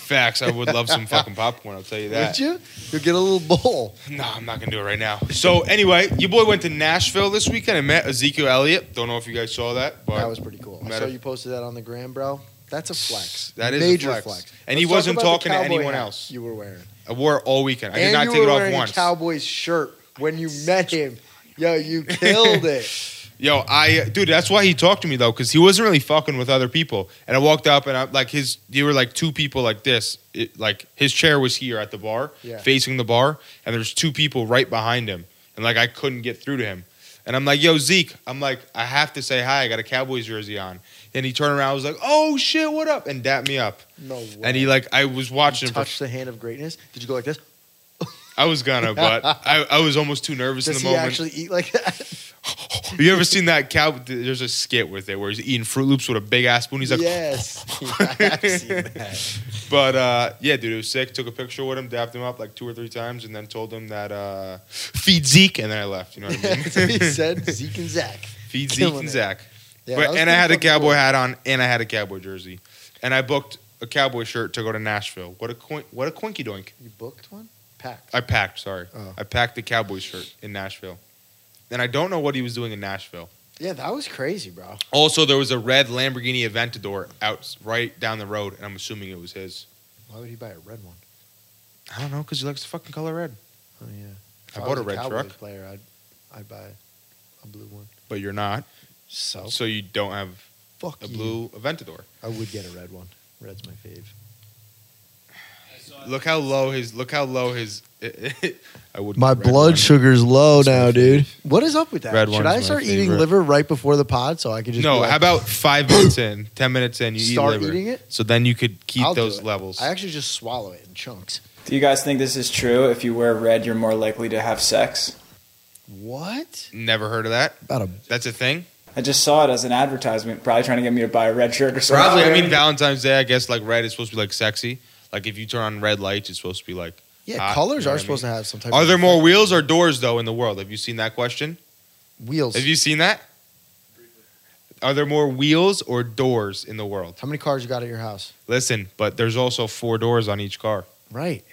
Speaker 2: Facts. I would love some fucking popcorn. I'll tell you that.
Speaker 1: Would you? You'll get a little bowl.
Speaker 2: No, I'm not gonna do it right now. So anyway, your boy went to Nashville this weekend and met Ezekiel Elliott. Don't know if you guys saw that, but
Speaker 1: That was pretty cool. I
Speaker 2: Matter-
Speaker 1: saw you posted that on the gram, bro. That's a flex.
Speaker 2: That is a
Speaker 1: major
Speaker 2: flex. And
Speaker 1: Let's
Speaker 2: he
Speaker 1: talk
Speaker 2: wasn't
Speaker 1: about the
Speaker 2: talking to
Speaker 1: cowboy
Speaker 2: anyone
Speaker 1: hat
Speaker 2: else.
Speaker 1: You were wearing.
Speaker 2: I wore it all weekend. I
Speaker 1: and
Speaker 2: did
Speaker 1: you
Speaker 2: not
Speaker 1: were
Speaker 2: take it off
Speaker 1: wearing
Speaker 2: once.
Speaker 1: A Cowboys shirt when you met him. Yo, you killed it.
Speaker 2: Yo, I dude, that's why he talked to me though, because he wasn't really fucking with other people. And I walked up and I'm like his there were like two people like this. It, like his chair was here at the bar,
Speaker 1: Yeah.
Speaker 2: facing the bar, and there's two people right behind him. And like I couldn't get through to him. And I'm like, yo, Zeke, I'm like, I have to say hi. I got a Cowboys jersey on. And he turned around, I was like, oh shit, what up? And dapped me up.
Speaker 1: No way.
Speaker 2: And he like I was
Speaker 1: You
Speaker 2: watching him for,
Speaker 1: touched the hand of greatness. Did you go like this?
Speaker 2: I was gonna, but I, I was almost too nervous
Speaker 1: Does
Speaker 2: in
Speaker 1: he
Speaker 2: the moment.
Speaker 1: actually eat like that?
Speaker 2: Have you ever seen that cow? There's a skit with it where he's eating Fruit Loops with a big ass spoon. He's like,
Speaker 1: yes. Yeah, I've seen that.
Speaker 2: but uh, yeah, dude, it was sick. Took a picture with him, dapped him up like two or three times, and then told him that uh, feed Zeke, and then I left. You know what I mean?
Speaker 1: That's what he said. Zeke and Zach.
Speaker 2: feed Zeke
Speaker 1: Killing
Speaker 2: and
Speaker 1: it.
Speaker 2: Zach.
Speaker 1: Yeah, that
Speaker 2: but
Speaker 1: was
Speaker 2: and I
Speaker 1: pretty
Speaker 2: had a
Speaker 1: fucking
Speaker 2: cowboy
Speaker 1: cool.
Speaker 2: hat on, and I had a cowboy jersey, and I booked a cowboy shirt to go to Nashville. What a coin, what a quinky doink!
Speaker 1: You booked one? Packed.
Speaker 2: I packed. Sorry,
Speaker 1: Oh.
Speaker 2: I packed the cowboy shirt in Nashville, and I don't know what he was doing in Nashville.
Speaker 1: yeah, that was crazy, bro.
Speaker 2: Also, there was a red Lamborghini Aventador out right down the road, and I'm assuming it was his.
Speaker 1: Why would he buy a red one?
Speaker 2: I don't know because he likes the fucking color red.
Speaker 1: Oh yeah.
Speaker 2: I bought
Speaker 1: was
Speaker 2: a red
Speaker 1: Cowboys
Speaker 2: truck.
Speaker 1: Player, I'd I'd buy a blue one.
Speaker 2: But you're not,
Speaker 1: So
Speaker 2: so you don't have
Speaker 1: fuck
Speaker 2: a
Speaker 1: you.
Speaker 2: blue Aventador.
Speaker 1: I would get a red one. Red's my fave.
Speaker 5: I saw
Speaker 2: Look how low his. Look how low his. I would.
Speaker 1: My
Speaker 2: red
Speaker 1: blood
Speaker 2: one.
Speaker 1: sugar's low
Speaker 2: It's my
Speaker 1: now,
Speaker 2: now,
Speaker 1: dude.
Speaker 2: dude.
Speaker 1: What is up with that?
Speaker 2: Red
Speaker 1: Should
Speaker 2: one's
Speaker 1: I
Speaker 2: my
Speaker 1: start eating
Speaker 2: favorite.
Speaker 1: liver right before the pod so I could just
Speaker 2: No,
Speaker 1: be like,
Speaker 2: how about five minutes in, ten minutes in, you
Speaker 1: Start
Speaker 2: eat liver.
Speaker 1: eating it?
Speaker 2: so then you could keep
Speaker 1: I'll do
Speaker 2: those
Speaker 1: it.
Speaker 2: levels.
Speaker 1: I actually just swallow it in chunks.
Speaker 3: Do you guys think this is true? If you wear red, you're more likely to have sex.
Speaker 1: What?
Speaker 2: Never heard of that.
Speaker 1: About a
Speaker 2: That's a thing.
Speaker 3: I just saw it as an advertisement, probably trying to get me to buy a red shirt or something.
Speaker 2: Probably. I mean, Valentine's Day. I guess like red is supposed to be like sexy. Like if you turn on red lights, it's supposed to be like.
Speaker 1: yeah,
Speaker 2: Hot,
Speaker 1: colors
Speaker 2: Ah, you know what
Speaker 1: are
Speaker 2: I
Speaker 1: supposed to have some type
Speaker 2: Are
Speaker 1: of
Speaker 2: there more wheels or doors though in the world? Have you seen that question?
Speaker 1: wheels.
Speaker 2: Have you seen that? Are there more wheels or doors in the world?
Speaker 1: how many cars you got at your house?
Speaker 2: Listen, but there's also four doors on each car.
Speaker 1: Right.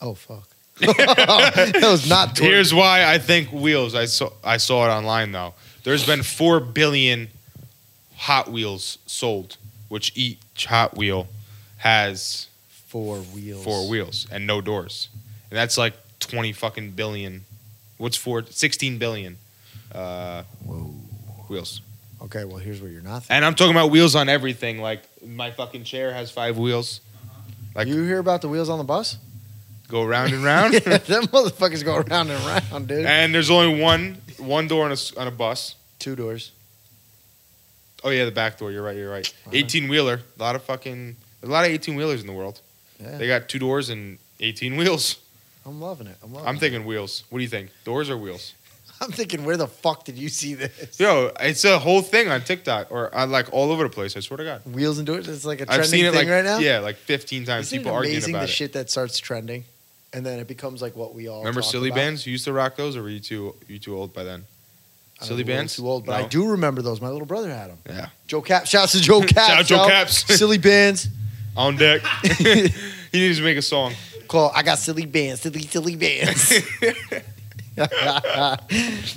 Speaker 1: Oh fuck. that was not toward-
Speaker 2: Here's why I think wheels. I saw I saw it online though. There's been four billion Hot Wheels sold, which each Hot Wheel has
Speaker 1: four wheels.
Speaker 2: four wheels and no doors, and that's like twenty fucking billion. What's four? Sixteen billion uh,
Speaker 1: Whoa.
Speaker 2: wheels.
Speaker 1: Okay, well here's where you're not.
Speaker 2: And I'm talking about wheels on everything. Like my fucking chair has five wheels. Like
Speaker 1: you hear about the wheels on the bus?
Speaker 2: go round and round.
Speaker 1: yeah, them motherfuckers go round and round, dude.
Speaker 2: and there's only one one door on a s on a bus.
Speaker 1: Two doors.
Speaker 2: Oh yeah, the back door. You're right. You're right.
Speaker 1: Uh-huh.
Speaker 2: Eighteen wheeler. A lot of fucking. A lot of eighteen wheelers in the world.
Speaker 1: Yeah,
Speaker 2: They got two doors and eighteen wheels.
Speaker 1: I'm loving it. I'm loving
Speaker 2: I'm
Speaker 1: it.
Speaker 2: thinking wheels. What do you think? Doors or wheels?
Speaker 1: I'm thinking, where the fuck did you see this?
Speaker 2: Yo, it's a whole thing on TikTok or on like all over the place. I swear to God,
Speaker 1: Wheels and doors. It's like a trending
Speaker 2: I've seen it
Speaker 1: thing
Speaker 2: like
Speaker 1: right now.
Speaker 2: yeah, like fifteen times.
Speaker 1: Isn't
Speaker 2: people
Speaker 1: it
Speaker 2: arguing
Speaker 1: amazing
Speaker 2: about
Speaker 1: the
Speaker 2: it.
Speaker 1: shit that starts trending, and then it becomes like what we all
Speaker 2: Remember
Speaker 1: talk
Speaker 2: silly
Speaker 1: about?
Speaker 2: bands? You used to rock those, or were you too you too old by then?
Speaker 1: I'm
Speaker 2: Silly
Speaker 1: a little
Speaker 2: bands.
Speaker 1: Too old, but I
Speaker 2: No.
Speaker 1: do remember those. My little brother had them.
Speaker 2: Yeah.
Speaker 1: Joe Cap. Shouts to Joe Caps.
Speaker 2: Shout out Joe
Speaker 1: yo.
Speaker 2: Caps.
Speaker 1: silly bands.
Speaker 2: On deck. he needs to make a song.
Speaker 1: Call. I got silly bands. Silly silly bands. uh,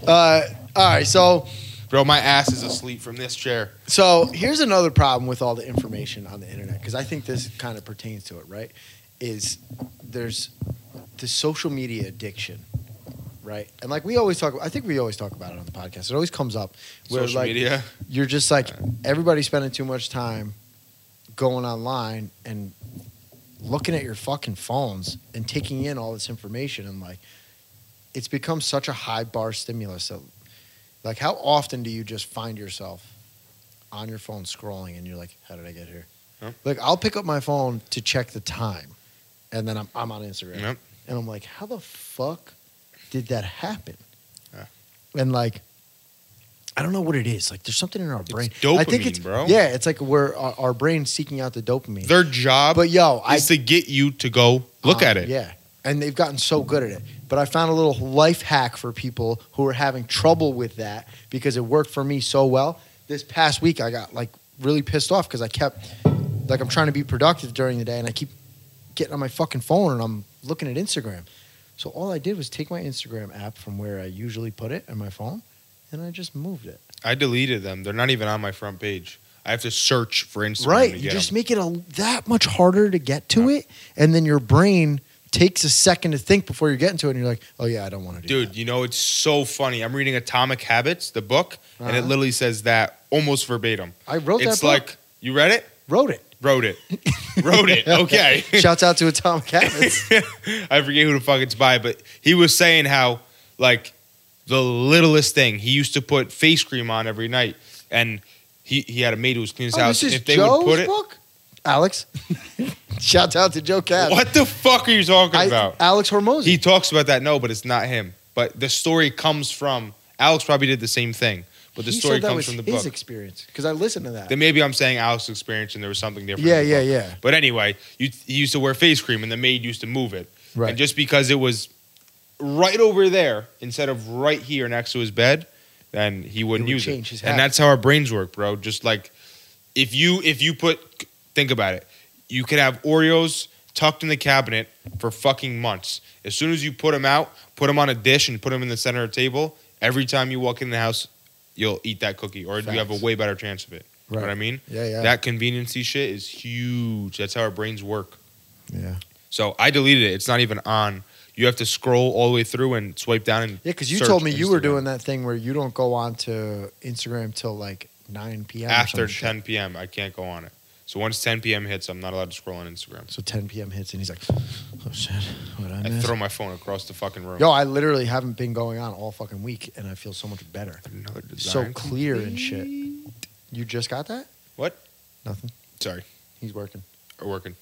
Speaker 1: all right. So
Speaker 2: Bro, my ass is asleep from this chair.
Speaker 1: so here's another problem with all the information on the internet because I think this kind of pertains to it, right? Is there's the social media addiction. Right, and like we always talk, I think we always talk about it on the podcast. It always comes up. where,
Speaker 2: Social
Speaker 1: like,
Speaker 2: media.
Speaker 1: you're just like everybody's spending too much time going online and looking at your fucking phones and taking in all this information and like it's become such a high bar stimulus that like how often do you just find yourself on your phone scrolling and you're like how did i get here
Speaker 2: Yep.
Speaker 1: like i'll pick up my phone to check the time and then i'm, I'm on instagram
Speaker 2: Yep.
Speaker 1: and i'm like how the fuck did that happen
Speaker 2: Yeah.
Speaker 1: and like I don't know what it is. Like, there's something in our brain. I think
Speaker 2: dopamine,
Speaker 1: it's,
Speaker 2: bro.
Speaker 1: Yeah, it's like we're our, our brain seeking out the dopamine.
Speaker 2: Their job
Speaker 1: but yo, I
Speaker 2: is to get you to go look
Speaker 1: uh,
Speaker 2: at it.
Speaker 1: Yeah, and they've gotten so good at it. But I found a little life hack for people who are having trouble with that because it worked for me so well. This past week, I got like really pissed off because I kept like I'm trying to be productive during the day, and I keep getting on my fucking phone and I'm looking at Instagram. So all I did was take my Instagram app from where I usually put it on my phone, and I just moved it.
Speaker 2: I deleted them. They're not even on my front page. I have to search for Instagram.
Speaker 1: right
Speaker 2: To
Speaker 1: you
Speaker 2: get
Speaker 1: just
Speaker 2: them.
Speaker 1: make it a, that much harder to get to it and then your brain takes a second to think before you're getting to it and you're like oh yeah i don't want to do
Speaker 2: Dude,
Speaker 1: that.
Speaker 2: you know, it's so funny. I'm reading Atomic Habits, the book, and it
Speaker 1: Uh-huh.
Speaker 2: literally says that almost verbatim.
Speaker 1: i wrote
Speaker 2: it's
Speaker 1: that book,
Speaker 2: like, you read it?
Speaker 1: wrote it
Speaker 2: Wrote it. wrote it. Okay.
Speaker 1: shouts out to atomic habits
Speaker 2: I forget who the fuck it's by, but he was saying how like the littlest thing he used to put face cream on every night, and he he had a maid who was cleaning his
Speaker 1: oh,
Speaker 2: house.
Speaker 1: this is
Speaker 2: If they
Speaker 1: joe's
Speaker 2: would put it,
Speaker 1: book alex shouts out to joe Cab.
Speaker 2: what the fuck are you talking about?
Speaker 1: alex hormozy
Speaker 2: He talks about that. No, but it's not him. But the story comes from Alex. Probably did the same thing, but the
Speaker 1: He
Speaker 2: story
Speaker 1: said that
Speaker 2: comes
Speaker 1: was
Speaker 2: from the
Speaker 1: his
Speaker 2: book.
Speaker 1: experience because i listened to that
Speaker 2: then maybe I'm saying Alex's experience, and there was something different.
Speaker 1: yeah
Speaker 2: in the
Speaker 1: yeah
Speaker 2: book.
Speaker 1: yeah
Speaker 2: But anyway, you, he used to wear face cream, and the maid used to move it.
Speaker 1: right
Speaker 2: And just because it was right over there instead of right here next to his bed, then he wouldn't
Speaker 1: He would
Speaker 2: use it.
Speaker 1: change his
Speaker 2: And
Speaker 1: habit.
Speaker 2: that's how our brains work, bro. Just like if you if you put think about it, you could have Oreos tucked in the cabinet for fucking months. As soon as you put them out, put them on a dish and put them in the center of the table. Every time you walk in the house, you'll eat that cookie, or you have a
Speaker 1: Facts.
Speaker 2: way better chance of it. You know what I mean?
Speaker 1: Yeah, yeah.
Speaker 2: That conveniency shit is huge. That's how our brains work.
Speaker 1: yeah.
Speaker 2: So I deleted it. It's not even on. You have to scroll all the way through and swipe down and
Speaker 1: Yeah, because you
Speaker 2: search
Speaker 1: told me you were
Speaker 2: Instagram
Speaker 1: doing that thing where you don't go on to Instagram till like 9 p.m. or
Speaker 2: after
Speaker 1: some shit.
Speaker 2: 10 p.m. I can't go on it. So once 10 p.m. hits, I'm not allowed to scroll on Instagram.
Speaker 1: So 10 p.m. hits and he's like, oh shit, what I
Speaker 2: I
Speaker 1: miss?
Speaker 2: throw my phone across the fucking room.
Speaker 1: Yo, I literally haven't been going on all fucking week and I feel so much better.
Speaker 2: Another
Speaker 1: So
Speaker 2: design.
Speaker 1: clear and shit. You just got that?
Speaker 2: What?
Speaker 1: Nothing.
Speaker 2: Sorry,
Speaker 1: He's working.
Speaker 2: we're working.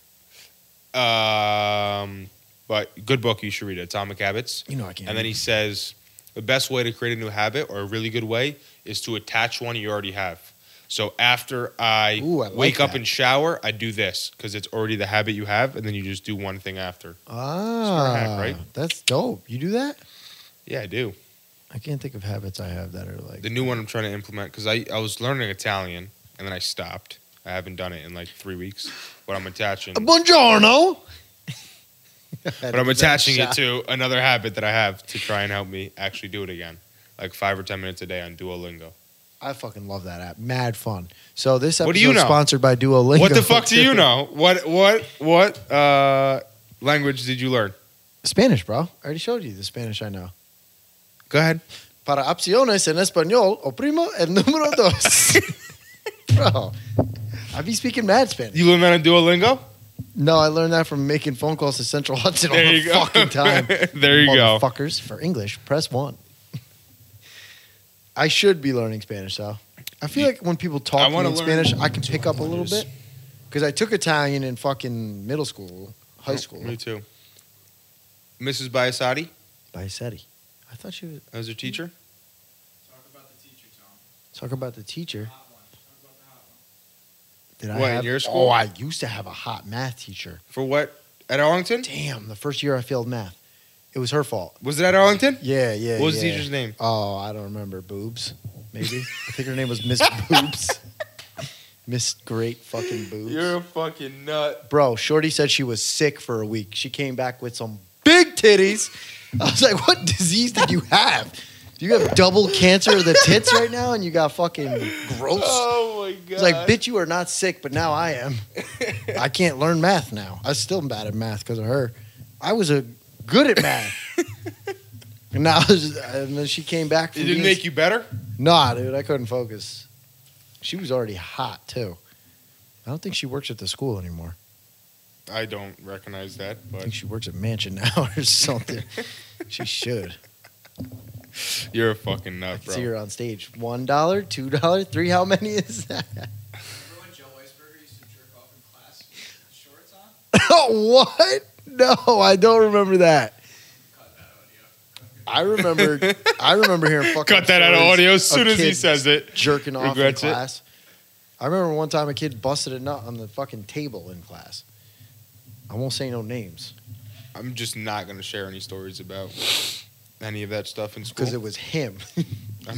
Speaker 2: Um, but good book you should read it, Atomic Habits.
Speaker 1: You know I can't.
Speaker 2: And then he says the best way to create a new habit or a really good way is to attach one you already have. So after I,
Speaker 1: Ooh, I like
Speaker 2: wake up
Speaker 1: that.
Speaker 2: and shower, I do this because it's already the habit you have, and then you just do one thing after.
Speaker 1: ah,
Speaker 2: hack, right?
Speaker 1: That's dope. You do that?
Speaker 2: Yeah, I do.
Speaker 1: I can't think of habits I have that are like.
Speaker 2: The new one I'm trying to implement because I, I was learning Italian and then I stopped. I haven't done it in like three weeks, but I'm attaching.
Speaker 1: "Uh, Buongiorno.
Speaker 2: But I'm attaching it to another habit that I have to try and help me actually do it again, like five or ten minutes a day on Duolingo.
Speaker 1: I fucking love that app. Mad fun. So this episode
Speaker 2: What do you know?
Speaker 1: sponsored by Duolingo.
Speaker 2: What the fuck do you know? What what what uh, language did you learn?
Speaker 1: Spanish, bro. I already showed you the Spanish I know.
Speaker 2: Go ahead.
Speaker 1: Para opciones en español, oprimo el número dos. bro, I be speaking mad Spanish.
Speaker 2: You learned that on Duolingo.
Speaker 1: No, I learned that from making phone calls to Central Hudson all
Speaker 2: There
Speaker 1: the
Speaker 2: you go.
Speaker 1: fucking time.
Speaker 2: there you go.
Speaker 1: Motherfuckers, for English, press one. I should be learning Spanish though. I feel like when people
Speaker 2: I
Speaker 1: talk to me
Speaker 2: wanna
Speaker 1: in
Speaker 2: learn
Speaker 1: Spanish, I can pick up a little bit because I took Italian in fucking middle school, high school.
Speaker 2: Me too. Mrs. Biasotti,
Speaker 1: Bisetti. I thought she was
Speaker 2: as your teacher.
Speaker 5: Talk about the teacher, Tom.
Speaker 1: talk about the teacher.
Speaker 5: Hot one. Talk about the hot one.
Speaker 1: Did I
Speaker 2: What, in
Speaker 1: have?
Speaker 2: your school?
Speaker 1: Oh, I used to have a hot math teacher.
Speaker 2: For what? At Arlington?
Speaker 1: Damn, the first year I failed math, it was her fault.
Speaker 2: Was it at Arlington?
Speaker 1: Yeah, yeah.
Speaker 2: What was the
Speaker 1: yeah.
Speaker 2: teacher's name?
Speaker 1: Oh, I don't remember. Boobs, maybe. I think her name was Miss Boobs. Miss Great Fucking Boobs.
Speaker 2: a fucking nut.
Speaker 1: Bro, Shorty said she was sick for a week. She came back with some big titties. I was like, what disease did you have? Do you have double cancer of the tits right now and you got fucking gross?
Speaker 2: Oh my god.
Speaker 1: It's like, bitch, you are not sick, but now I am. I can't learn math now. I'm still bad at math because of her. I was a good at math. and now, and then she came back. From
Speaker 2: Did it
Speaker 1: being-
Speaker 2: make you better?
Speaker 1: Nah, dude, I couldn't focus. She was already hot too. I don't think she works at the school anymore.
Speaker 2: I don't recognize that,
Speaker 1: I
Speaker 2: but
Speaker 1: think she works at Mansion now or something. she should.
Speaker 2: you're a fucking
Speaker 1: I
Speaker 2: nut,
Speaker 1: can see
Speaker 2: bro.
Speaker 1: her on stage. One dollar, two dollar, three. How many is that?
Speaker 5: Remember when Joe Weisberger used to jerk off in class with shorts on?
Speaker 1: what? No, I don't remember that. I remember. I remember hearing fucking.
Speaker 2: Cut that out of
Speaker 1: stories
Speaker 2: audio as soon as he
Speaker 1: kids
Speaker 2: says it.
Speaker 1: jerking off
Speaker 2: Regrets
Speaker 1: in
Speaker 2: it.
Speaker 1: class. I remember one time a kid busted a nut on the fucking table in class. I won't say no names
Speaker 2: I'm just not gonna share any stories about any of that stuff in school.
Speaker 1: because it was him.
Speaker 2: I'm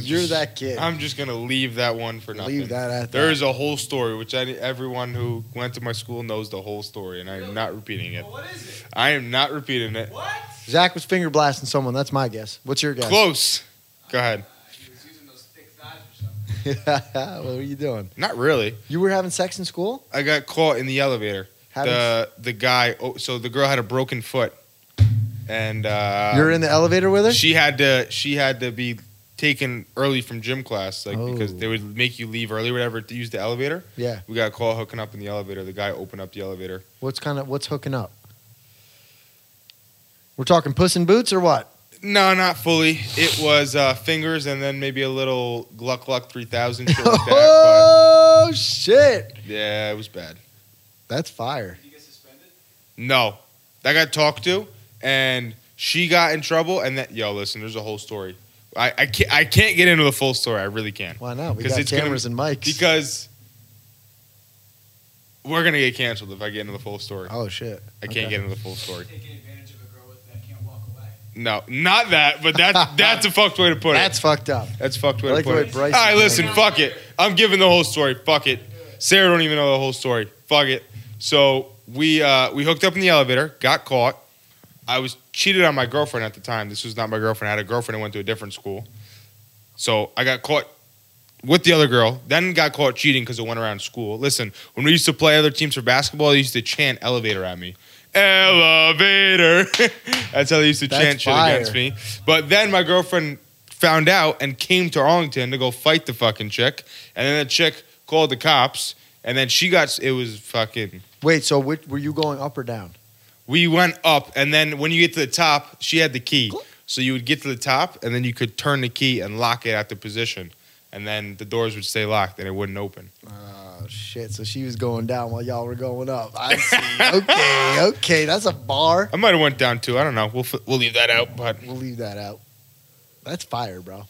Speaker 1: You're
Speaker 2: just-
Speaker 1: that kid.
Speaker 2: I'm just gonna leave that one for nothing.
Speaker 1: Leave that at
Speaker 2: There
Speaker 1: that.
Speaker 2: is a whole story which I, everyone who went to my school knows the whole story, and I am not repeating it.
Speaker 5: Well, what is it?
Speaker 2: I am not repeating it.
Speaker 5: What?
Speaker 1: Zach was finger blasting someone. That's my guess. What's your guess?
Speaker 2: Close. Go ahead.
Speaker 5: Uh, he was using those thick thighs or something.
Speaker 1: what were you doing?
Speaker 2: Not really.
Speaker 1: You were having sex in school?
Speaker 2: I got caught in the elevator.
Speaker 1: Having
Speaker 2: the the guy. Oh, so the girl had a broken foot, and uh,
Speaker 1: You're in the elevator with her?
Speaker 2: She had to. She had to be taken early from gym class, like because
Speaker 1: Oh.
Speaker 2: they would make you leave early, or whatever, to use the elevator.
Speaker 1: yeah.
Speaker 2: We got caught hooking up in the elevator. The guy opened up the elevator.
Speaker 1: What's kind of what's hooking up? We're talking puss in boots or what?
Speaker 2: No, not fully. It was uh, fingers and then maybe a little Gluck Gluck three thousand shit like that.
Speaker 1: oh shit.
Speaker 2: But yeah, it was bad.
Speaker 1: That's fire.
Speaker 5: Did he get suspended?
Speaker 2: No, I got talked to, and she got in trouble. And that yo, listen, there's a whole story. I I can't, I can't get into the full story. I really can't
Speaker 1: Why not? We
Speaker 2: 'Cause
Speaker 1: got
Speaker 2: it's gonna
Speaker 1: cameras and mics.
Speaker 2: because we're gonna get canceled if I get into the full story.
Speaker 1: oh shit.
Speaker 2: I can't
Speaker 1: okay.
Speaker 2: get into the full story.
Speaker 5: Taking advantage of a girl with, that can't walk away.
Speaker 2: No, not that, but that's that's a fucked way to put it.
Speaker 1: That's fucked up.
Speaker 2: That's fucked way
Speaker 1: I like
Speaker 2: to
Speaker 1: the
Speaker 2: put
Speaker 1: way
Speaker 2: it.
Speaker 1: Bryce
Speaker 2: All right,
Speaker 1: is
Speaker 2: listen,
Speaker 5: doing it.
Speaker 2: fuck it. I'm giving the whole story. Fuck it. Sarah don't even know the whole story. Fuck it. So we uh, we hooked up in the elevator, got caught. I was cheated on my girlfriend at the time. This was not my girlfriend. I had a girlfriend that went to a different school. So I got caught with the other girl, then got caught cheating because it went around school. Listen, when we used to play other teams for basketball, they used to chant elevator at me. Elevator. That's how they used to
Speaker 1: That's
Speaker 2: chant shit
Speaker 1: fire.
Speaker 2: against me. But then my girlfriend found out and came to Arlington to go fight the fucking chick. And then the chick called the cops. And then she got, it was fucking,
Speaker 1: Wait, so which, were you going up or down?
Speaker 2: we went up. And then when you get to the top, she had the key. So you would get to the top and then you could turn the key and lock it at the position. And then the doors would stay locked and it wouldn't open.
Speaker 1: Oh shit! So she was going down while y'all were going up. I see. okay, okay, that's a bar.
Speaker 2: I might have went down too. I don't know. We'll, f- we'll leave that out. But
Speaker 1: We'll leave that out. That's fire, bro.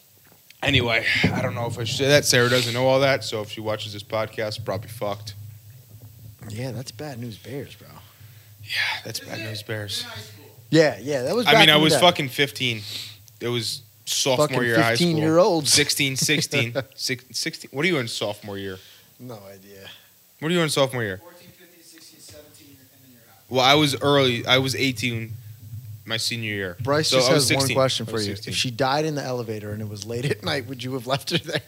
Speaker 2: anyway, I don't know if I should say that. Sarah doesn't know all that. So if she watches this podcast, probably fucked.
Speaker 1: Yeah, that's bad news bears, bro.
Speaker 2: Yeah, that's
Speaker 5: Is
Speaker 2: bad
Speaker 5: it?
Speaker 2: news, Bears.
Speaker 5: In high school.
Speaker 1: Yeah, yeah, that was. Back
Speaker 2: I mean, I
Speaker 1: in the
Speaker 2: was
Speaker 1: day.
Speaker 2: fucking 15. It was sophomore
Speaker 1: Fucking
Speaker 2: year of high school.
Speaker 1: 15 year olds.
Speaker 2: 16, 16, six- 16. What are you in sophomore year?
Speaker 1: No idea.
Speaker 2: What are you in sophomore year?
Speaker 5: 14, 15, 16, 17, and then you're out.
Speaker 2: Well, I was early. I was 18 my senior year.
Speaker 1: Bryce
Speaker 2: So
Speaker 1: just
Speaker 2: I was
Speaker 1: has one
Speaker 2: 16.
Speaker 1: question
Speaker 2: I
Speaker 1: for
Speaker 2: was
Speaker 1: you.
Speaker 2: 16.
Speaker 1: If she died in the elevator and it was late at night, would you have left her there?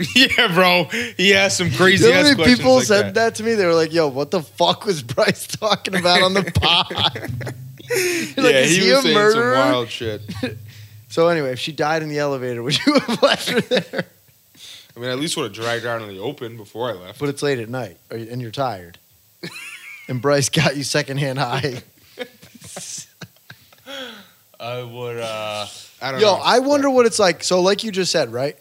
Speaker 2: yeah, bro. He asked some
Speaker 1: You
Speaker 2: crazy
Speaker 1: know
Speaker 2: ass
Speaker 1: how many
Speaker 2: questions
Speaker 1: people
Speaker 2: like
Speaker 1: said
Speaker 2: that.
Speaker 1: that. to me? They were like, "Yo, what the fuck was Bryce talking about on the pod?" You're like,
Speaker 2: yeah,
Speaker 1: is
Speaker 2: he,
Speaker 1: he,
Speaker 2: was
Speaker 1: a
Speaker 2: saying
Speaker 1: murderer?
Speaker 2: some wild shit.
Speaker 1: So anyway, if she died in the elevator, would you have left her there?
Speaker 2: I mean, at least would have dragged her out in the open before I left.
Speaker 1: But it's late at night, or- and you're tired. and Bryce got you secondhand high.
Speaker 2: I would. uh I don't
Speaker 1: Yo,
Speaker 2: know.
Speaker 1: I wonder what it's like. So, like you just said, right?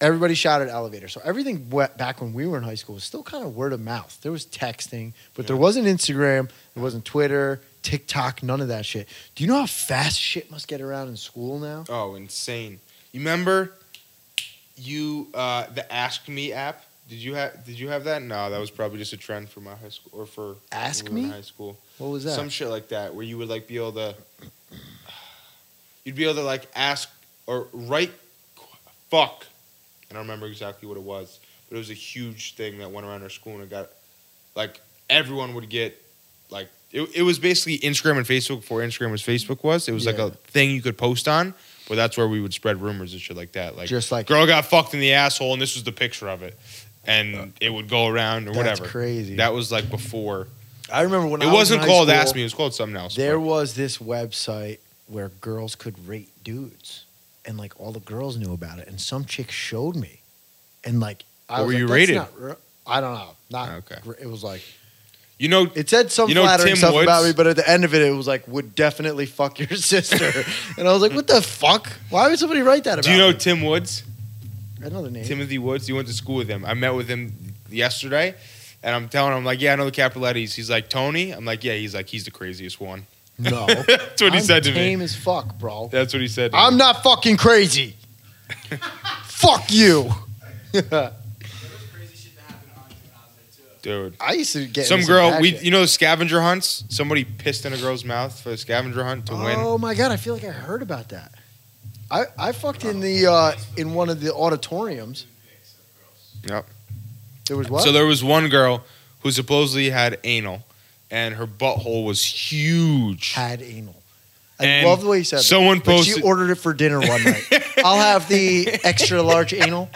Speaker 1: Everybody shouted elevator. So everything went back when we were in high school was still kind of word of mouth. There was texting, but there
Speaker 2: Yeah.
Speaker 1: wasn't Instagram, there wasn't Twitter, TikTok, none of that shit. Do you know how fast shit must get around in school now?
Speaker 2: Oh, insane! You remember you uh the Ask Me app? Did you have Did you have that? No, that was probably just a trend for my high school or for when
Speaker 1: Ask
Speaker 2: we were in
Speaker 1: Me?
Speaker 2: high school.
Speaker 1: What was that?
Speaker 2: Some shit like that, where you would like be able to. You'd be able to like ask or write, qu- fuck. I don't remember exactly what it was, but it was a huge thing that went around our school and it got, like everyone would get, like it, it was basically Instagram and Facebook before Instagram was Facebook was. It was like
Speaker 1: Yeah.
Speaker 2: a thing you could post on, but that's where we would spread rumors and shit like that. Like
Speaker 1: just like
Speaker 2: girl got fucked in the asshole and this was the picture of it, and it would go around or
Speaker 1: Uh, that's
Speaker 2: whatever.
Speaker 1: crazy.
Speaker 2: That was like before.
Speaker 1: I remember when I
Speaker 2: It
Speaker 1: was
Speaker 2: wasn't
Speaker 1: in high
Speaker 2: called
Speaker 1: school,
Speaker 2: Ask Me. It was called something else.
Speaker 1: There
Speaker 2: but-
Speaker 1: was this website where girls could rate dudes, and like all the girls knew about it, and some chick showed me, and like I
Speaker 2: What
Speaker 1: was
Speaker 2: were you
Speaker 1: like, "That's
Speaker 2: rated?" Ah,
Speaker 1: not r- I don't know. Not
Speaker 2: Okay.
Speaker 1: gr- It was like
Speaker 2: you know,
Speaker 1: it said some
Speaker 2: You know
Speaker 1: flattering
Speaker 2: Tim
Speaker 1: stuff
Speaker 2: Woods?
Speaker 1: about me, but at the end of it, it was like would definitely fuck your sister, and I was like, what the fuck? Why would somebody write that about?
Speaker 2: do you know
Speaker 1: me?
Speaker 2: Tim Woods?
Speaker 1: I know the name.
Speaker 2: Timothy Woods. You went to school with him. I met with him yesterday, and I'm telling him like, yeah, I know the Capitalettes. He's like Tony. I'm like, yeah. He's like, he's the craziest one.
Speaker 1: no,
Speaker 2: That's what he
Speaker 1: I'm
Speaker 2: said to
Speaker 1: tame
Speaker 2: me.
Speaker 1: as fuck, bro.
Speaker 2: That's what he said. To
Speaker 1: I'm
Speaker 2: me.
Speaker 1: not fucking crazy. fuck you.
Speaker 5: There was crazy shit that happened on when I was there too.
Speaker 2: dude.
Speaker 1: I used to get
Speaker 2: Some
Speaker 1: into
Speaker 2: girl,
Speaker 1: bad
Speaker 2: we
Speaker 1: shit.
Speaker 2: you know scavenger hunts. Somebody pissed in a girl's mouth for the scavenger hunt to win.
Speaker 1: Oh my god, I feel like I heard about that. I, I fucked in the uh, in one of the auditoriums.
Speaker 2: Yep.
Speaker 1: There was what?
Speaker 2: So there was one girl who supposedly had anal, and her butthole was huge.
Speaker 1: had anal. I
Speaker 2: And
Speaker 1: love the way you said that.
Speaker 2: someone
Speaker 1: Like,
Speaker 2: posted-
Speaker 1: she ordered it for dinner one night. I'll have the extra large anal.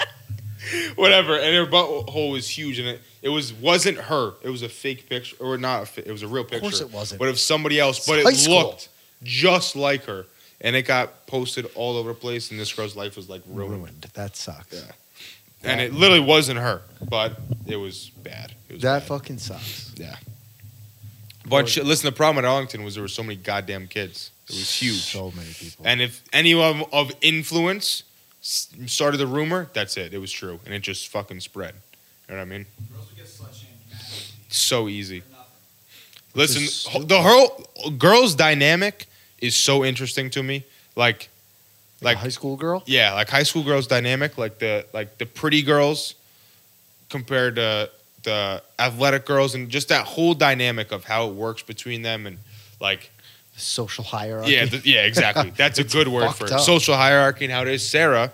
Speaker 2: whatever. And her butthole was huge, and it, it was wasn't her. It was a fake picture, or not? A fi- it was a real picture.
Speaker 1: Of course it wasn't.
Speaker 2: But if somebody else, but
Speaker 1: It's high
Speaker 2: it
Speaker 1: school.
Speaker 2: looked just like her, and it got posted all over the place, and this girl's life was like ruined.
Speaker 1: Ruined. That sucks.
Speaker 2: Yeah. And it literally wasn't her, but it was bad. It was
Speaker 1: That
Speaker 2: bad.
Speaker 1: fucking sucks.
Speaker 2: but shit, listen, the problem at Arlington was there were so many goddamn kids. It was huge.
Speaker 1: So many people.
Speaker 2: and if anyone of influence s- started the rumor, that's it. It was true, and it just fucking spread. You know what I mean?
Speaker 5: Girls would get slut shamed
Speaker 2: So easy.
Speaker 5: for nothing.
Speaker 1: Just
Speaker 2: Listen,
Speaker 1: stupid.
Speaker 2: the whole girls' dynamic is so interesting to me. Like,
Speaker 1: like
Speaker 2: like
Speaker 1: high school girl.
Speaker 2: yeah, like high school girls' dynamic, like the like the pretty girls compared to the athletic girls, and just that whole dynamic of how it works between them, and like
Speaker 1: social hierarchy.
Speaker 2: Yeah, th- yeah, exactly. That's a good word for
Speaker 1: fucked
Speaker 2: it.
Speaker 1: up.
Speaker 2: social hierarchy and how it is. Sarah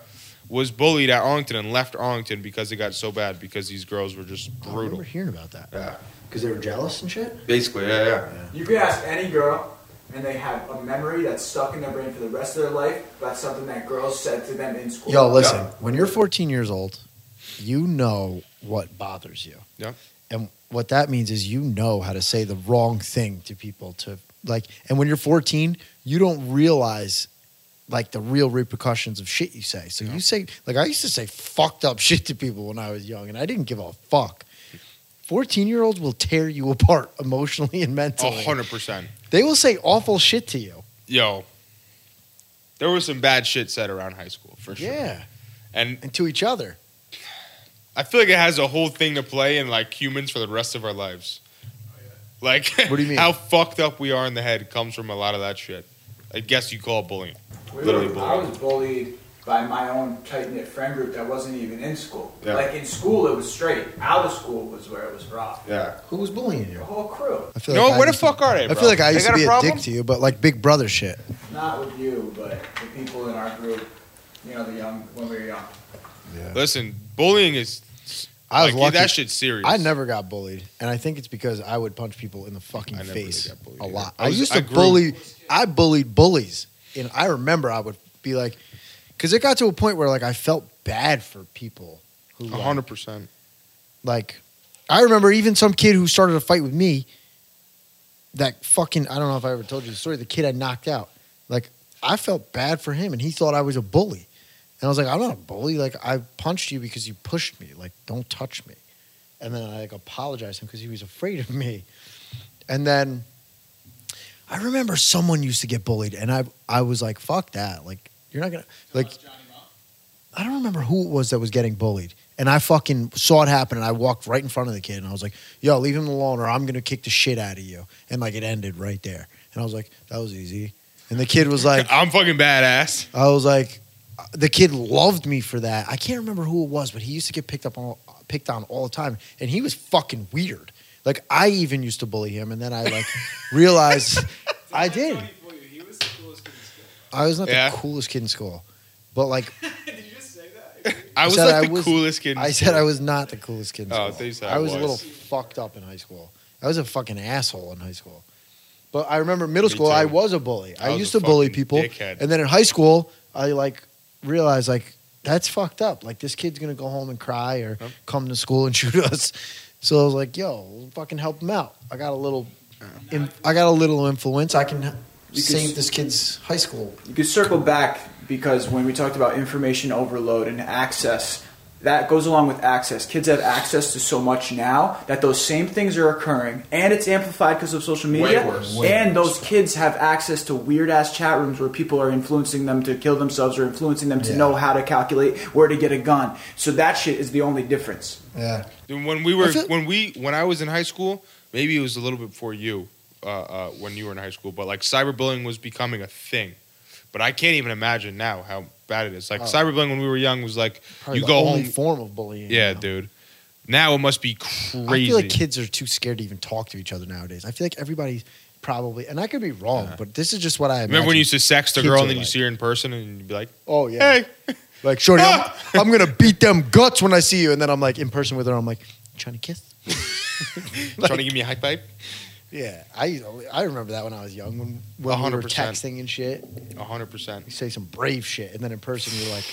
Speaker 2: was bullied at Arlington and left Arlington because it got so bad because these girls were just
Speaker 1: I remember
Speaker 2: brutal.
Speaker 1: hearing about that.
Speaker 2: Yeah.
Speaker 1: Because they were jealous and shit?
Speaker 2: Basically, yeah, yeah.
Speaker 4: You could ask any girl, and they have a memory that's stuck in their brain for the rest of their life about something that girls said to them in school.
Speaker 1: Yo, listen, when you're 14 years old, you know what bothers you.
Speaker 2: Yeah.
Speaker 1: And what that means is you know how to say the wrong thing to people to like and when you're 14, you don't realize like the real repercussions of shit you say. So
Speaker 2: Yeah.
Speaker 1: you say like I used to say fucked up shit to people when I was young and I didn't give a fuck. 14-year-olds will tear you apart emotionally and
Speaker 2: A
Speaker 1: mentally.
Speaker 2: hundred percent.
Speaker 1: They will say awful shit to you.
Speaker 2: Yo, there was some bad shit said around high school for sure.
Speaker 1: Yeah.
Speaker 2: and
Speaker 1: And to each other.
Speaker 2: I feel like it has a whole thing to play in like humans for the rest of our lives. Like,
Speaker 1: What do you mean?
Speaker 2: how fucked up we are in the head comes from a lot of that shit. I guess you call it bullying.
Speaker 4: We
Speaker 2: Literally
Speaker 4: were-
Speaker 2: bullied.
Speaker 4: I was bullied by my own tight knit friend group that wasn't even in school.
Speaker 2: Yeah.
Speaker 4: Like in school, it was straight. Out of school was where it was rough.
Speaker 2: Yeah.
Speaker 1: Who was bullying you?
Speaker 4: The whole crew,
Speaker 1: I feel
Speaker 2: No,
Speaker 1: I
Speaker 2: where the
Speaker 1: used to-
Speaker 2: fuck are they?
Speaker 1: I
Speaker 2: bro?
Speaker 1: feel like I
Speaker 2: They
Speaker 1: used
Speaker 2: got
Speaker 1: to
Speaker 2: a
Speaker 1: be a
Speaker 2: problem?
Speaker 1: dick to you, but like Big Brother shit.
Speaker 4: not with you, but the people in our group. You know, the young when we were young.
Speaker 2: Listen, bullying is.
Speaker 1: I was
Speaker 2: like,
Speaker 1: lucky.
Speaker 2: That shit's serious.
Speaker 1: I never got bullied, and I think it's because I would punch people in the fucking
Speaker 2: I never
Speaker 1: face
Speaker 2: really got bullied
Speaker 1: a
Speaker 2: either.
Speaker 1: lot.
Speaker 2: I
Speaker 1: I,
Speaker 2: was-
Speaker 1: used
Speaker 2: I
Speaker 1: to
Speaker 2: grew-
Speaker 1: bully. I bullied bullies, and I remember I would be like, because it got to a point where like I felt bad for people who
Speaker 2: A
Speaker 1: like,
Speaker 2: hundred percent.
Speaker 1: like I remember even some kid who started a fight with me. That fucking I don't know if I ever told you the story. The kid I knocked out. Like I felt bad for him, and he thought I was a bully. And I was like, I'm not a bully. Like I punched you because you pushed me. Like don't touch me. And then I like apologized to him because he was afraid of me. And then I remember someone used to get bullied, and I I was like, fuck that. Like you're not gonna like
Speaker 5: Johnny Mott.
Speaker 1: I don't remember who it was that was getting bullied. And I fucking saw it happen and I walked right in front of the kid and I was like, yo, leave him alone or I'm going to kick the shit out of you. And like it ended right there. And I was like, that was easy. And the kid was like,
Speaker 2: I'm fucking badass.
Speaker 1: I was like, the kid loved me for that. I can't remember who it was, but he used to get picked up on, picked on all the time, and he was fucking weird. Like I even used to bully him, and then I like realized I did.
Speaker 5: Johnny Boy, he was the coolest kid in
Speaker 1: I was not
Speaker 2: Yeah.
Speaker 1: the coolest kid in school, but like
Speaker 5: school. did you just say that?
Speaker 2: I was
Speaker 1: said
Speaker 2: like
Speaker 1: I
Speaker 2: the
Speaker 1: was-
Speaker 2: coolest kid. in
Speaker 1: I
Speaker 2: school.
Speaker 1: said I was not the coolest kid in
Speaker 2: Oh,
Speaker 1: school.
Speaker 2: I thought you said I
Speaker 1: I was a
Speaker 2: was.
Speaker 1: little fucked up in high school. I was a fucking asshole in high school. But I remember middle
Speaker 2: Me
Speaker 1: school, I
Speaker 2: too.
Speaker 1: was a bully. I,
Speaker 2: I was
Speaker 1: used
Speaker 2: a
Speaker 1: to bully
Speaker 2: fucking
Speaker 1: people.
Speaker 2: dickhead.
Speaker 1: And then in high school, I like realized like that's fucked up. Like this kid's gonna go home and cry or
Speaker 2: Yep.
Speaker 1: come to school and shoot us. So I was like, yo, fucking help him out. I got a little, in, I got a little influence. I can
Speaker 3: You could
Speaker 1: save
Speaker 3: s-
Speaker 1: this kid's high school.
Speaker 3: You could circle back because when we talked about information overload and access, that goes along with access. Kids have access to so much now that those same things are occurring, and it's amplified because of social media.
Speaker 4: worse.
Speaker 3: And those kids have access to weird ass chat rooms where people are influencing them to kill themselves or influencing them to
Speaker 1: Yeah.
Speaker 3: know how to calculate where to get a gun. So that shit is the only difference.
Speaker 1: Yeah,
Speaker 2: Dude, when we were
Speaker 1: I feel-
Speaker 2: when we when I was in high school, maybe it was a little bit before you uh, uh, when you were in high school, but like cyberbullying was becoming a thing. But I can't even imagine now how bad it is. Like
Speaker 1: Oh.
Speaker 2: cyberbullying when we were young was like
Speaker 1: Probably
Speaker 2: you
Speaker 1: the
Speaker 2: go
Speaker 1: only
Speaker 2: home.
Speaker 1: form of bullying.
Speaker 2: yeah,
Speaker 1: now.
Speaker 2: dude. Now it must be crazy.
Speaker 1: I feel like kids are too scared to even talk to each other nowadays. I feel like everybody's probably, and I could be wrong, but this is just what I
Speaker 2: Remember when you used
Speaker 1: imagine.
Speaker 2: to sext a
Speaker 1: kids
Speaker 2: girl
Speaker 1: are
Speaker 2: and then you
Speaker 1: like-
Speaker 2: see her in person and you'd be like,
Speaker 1: Oh yeah,
Speaker 2: "Hey,
Speaker 1: like shorty, I'm, I'm gonna beat them guts when I see you, and then I'm like in person with her, I'm like trying to kiss.
Speaker 2: trying to give me a high five?"
Speaker 1: Yeah, I I remember that when I was young, when when we were
Speaker 2: 100%.
Speaker 1: texting and shit,
Speaker 2: A hundred percent.
Speaker 1: you say some brave shit, and then in person you're like,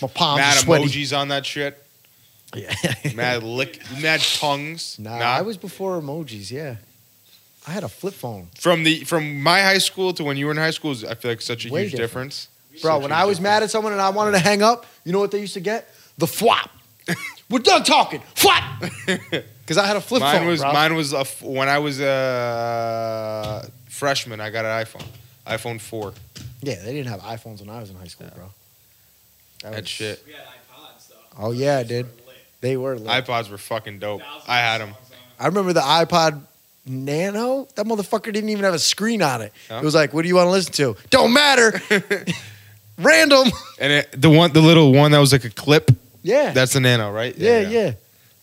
Speaker 1: my palms
Speaker 2: Mad
Speaker 1: are sweaty.
Speaker 2: emojis on that shit.
Speaker 1: Yeah.
Speaker 2: Mad lick. Mad tongues.
Speaker 1: nah, I was before emojis. Yeah, I had a flip phone.
Speaker 2: from the from my high school to when you were in high school is I feel like such a
Speaker 1: Way
Speaker 2: huge
Speaker 1: different.
Speaker 2: difference.
Speaker 1: Bro,
Speaker 2: Such
Speaker 1: when
Speaker 2: a
Speaker 1: I was
Speaker 2: difference.
Speaker 1: mad at someone and I wanted to hang up, you know what they used to get? The flop. We're done talking. Flop. Because I had a flip
Speaker 2: mine
Speaker 1: phone.
Speaker 2: was
Speaker 1: bro.
Speaker 2: mine was a f- when I was a freshman I got an iPhone, iPhone four.
Speaker 1: Yeah, they didn't have iPhones when I was in high school, bro. That
Speaker 2: That
Speaker 1: was-
Speaker 2: shit.
Speaker 5: We had iPods though.
Speaker 1: Oh, yeah, dude.
Speaker 5: Those were lit.
Speaker 1: They were. Lit. I,
Speaker 2: iPods were fucking dope.
Speaker 5: Thousands
Speaker 2: I had
Speaker 5: of
Speaker 2: them.
Speaker 5: songs on it.
Speaker 1: remember the iPod Nano. That motherfucker didn't even have a screen on it.
Speaker 2: Huh?
Speaker 1: It was like, what do you want to listen to? Don't matter. Random.
Speaker 2: And it, the one the little one that was like a clip.
Speaker 1: Yeah.
Speaker 2: That's the Nano, right?
Speaker 1: yeah, yeah,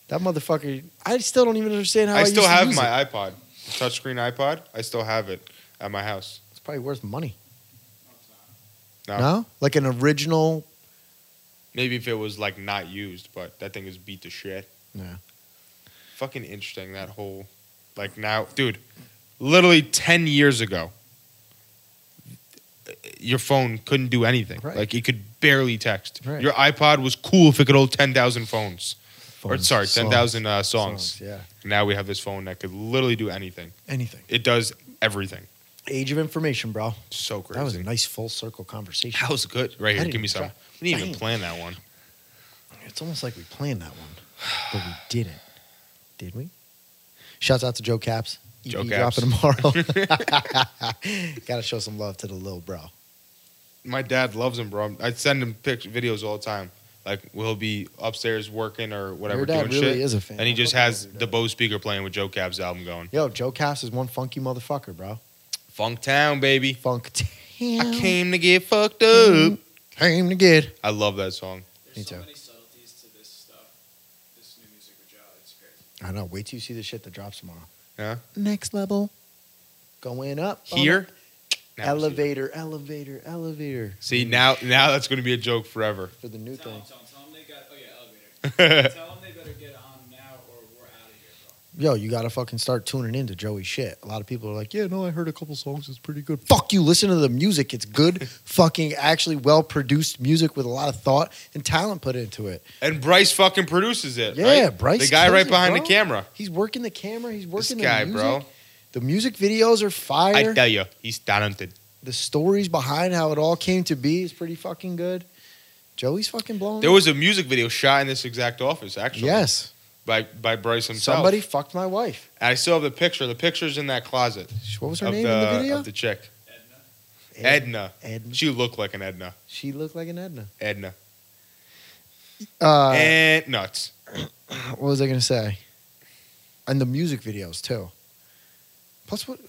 Speaker 1: That motherfucker. I still don't even understand how I,
Speaker 2: I still
Speaker 1: used to
Speaker 2: have
Speaker 1: use it.
Speaker 2: my iPod, touchscreen iPod. I still have it at my house.
Speaker 1: probably worth money.
Speaker 2: No.
Speaker 1: No, like an original.
Speaker 2: Maybe if it was like not used, but that thing was beat to shit.
Speaker 1: Yeah.
Speaker 2: Fucking interesting that whole like now dude, literally ten years ago your phone couldn't do anything.
Speaker 1: Right.
Speaker 2: Like it could barely text.
Speaker 1: Right.
Speaker 2: Your iPod was cool if it could hold ten thousand phones. Or
Speaker 1: phone
Speaker 2: sorry, ten thousand uh,
Speaker 1: songs.
Speaker 2: songs.
Speaker 1: Yeah,
Speaker 2: Now we have this phone that could literally do anything.
Speaker 1: anything.
Speaker 2: It does everything.
Speaker 1: Age of information, bro.
Speaker 2: So crazy.
Speaker 1: That was a nice full circle conversation.
Speaker 2: That was good. Right
Speaker 1: I
Speaker 2: here,
Speaker 1: didn't
Speaker 2: give me
Speaker 1: try-
Speaker 2: some. We didn't even
Speaker 1: Bang.
Speaker 2: plan that one.
Speaker 1: It's almost like we planned that one, but we didn't. Did we? Shouts out to Joe Caps. EP
Speaker 2: Joe
Speaker 1: dropping tomorrow. Got to show some love to the little bro.
Speaker 2: my dad loves him, bro. I send him pictures, videos all the time. Like we'll be upstairs working or whatever,
Speaker 1: Your dad
Speaker 2: doing
Speaker 1: really
Speaker 2: shit,
Speaker 1: is a fan.
Speaker 2: and he
Speaker 1: I
Speaker 2: just
Speaker 1: fucking
Speaker 2: has
Speaker 1: love your
Speaker 2: the
Speaker 1: dad.
Speaker 2: Bose speaker playing with Joe Cab's album going.
Speaker 1: Yo, Joe Caps is one funky motherfucker, bro.
Speaker 2: Funk Town, baby.
Speaker 1: Funk town.
Speaker 2: I came to get fucked
Speaker 1: Mm-hmm.
Speaker 2: up.
Speaker 1: Came to get.
Speaker 2: I love that song.
Speaker 5: There's
Speaker 1: Me
Speaker 5: so
Speaker 1: too.
Speaker 5: many subtleties to this stuff, this new music with Joe. It's crazy.
Speaker 1: I know. Wait till you see the shit that drops tomorrow.
Speaker 2: Yeah.
Speaker 1: Next level. Going up. on
Speaker 2: Here,
Speaker 1: the-
Speaker 2: Now we see it.
Speaker 1: elevator, elevator, elevator.
Speaker 2: See now, now that's gonna be a joke forever.
Speaker 1: For the new
Speaker 5: Tell
Speaker 1: thing.
Speaker 5: them, tell them, tell them they got. Oh yeah, elevator.
Speaker 2: That's
Speaker 5: tell them they better get on now or we're out of here, bro.
Speaker 1: Yo, you gotta fucking start tuning into Joey's shit. A lot of people are like, yeah, no, I heard a couple songs. It's pretty good. Fuck you. Listen to the music. It's good, fucking, actually well produced music with a lot of thought and talent put into it.
Speaker 2: And Bryce fucking produces it.
Speaker 1: Yeah,
Speaker 2: right?
Speaker 1: Bryce
Speaker 2: the guy
Speaker 1: kills
Speaker 2: right
Speaker 1: it,
Speaker 2: behind
Speaker 1: bro.
Speaker 2: the camera.
Speaker 1: He's working the camera. He's
Speaker 2: This
Speaker 1: working
Speaker 2: guy,
Speaker 1: the music.
Speaker 2: bro.
Speaker 1: The music videos are fire.
Speaker 2: I tell you, he's talented.
Speaker 1: the stories behind how it all came to be is pretty fucking good. Joey's fucking blowing.
Speaker 2: There
Speaker 1: up.
Speaker 2: was a music video shot in this exact office, actually.
Speaker 1: yes,
Speaker 2: by by Bryce himself.
Speaker 1: somebody fucked my wife.
Speaker 2: And I still have the picture. The picture's in that closet.
Speaker 1: Sh- What was her
Speaker 2: of
Speaker 1: name
Speaker 2: the,
Speaker 1: in the video?
Speaker 2: Of the chick.
Speaker 5: Edna.
Speaker 1: Ed-
Speaker 2: Edna.
Speaker 1: Edna.
Speaker 2: She looked like an Edna.
Speaker 1: She looked like an Edna.
Speaker 2: Edna.
Speaker 1: Uh,
Speaker 2: and nuts.
Speaker 1: what was I gonna say? And the music videos too. Plus, what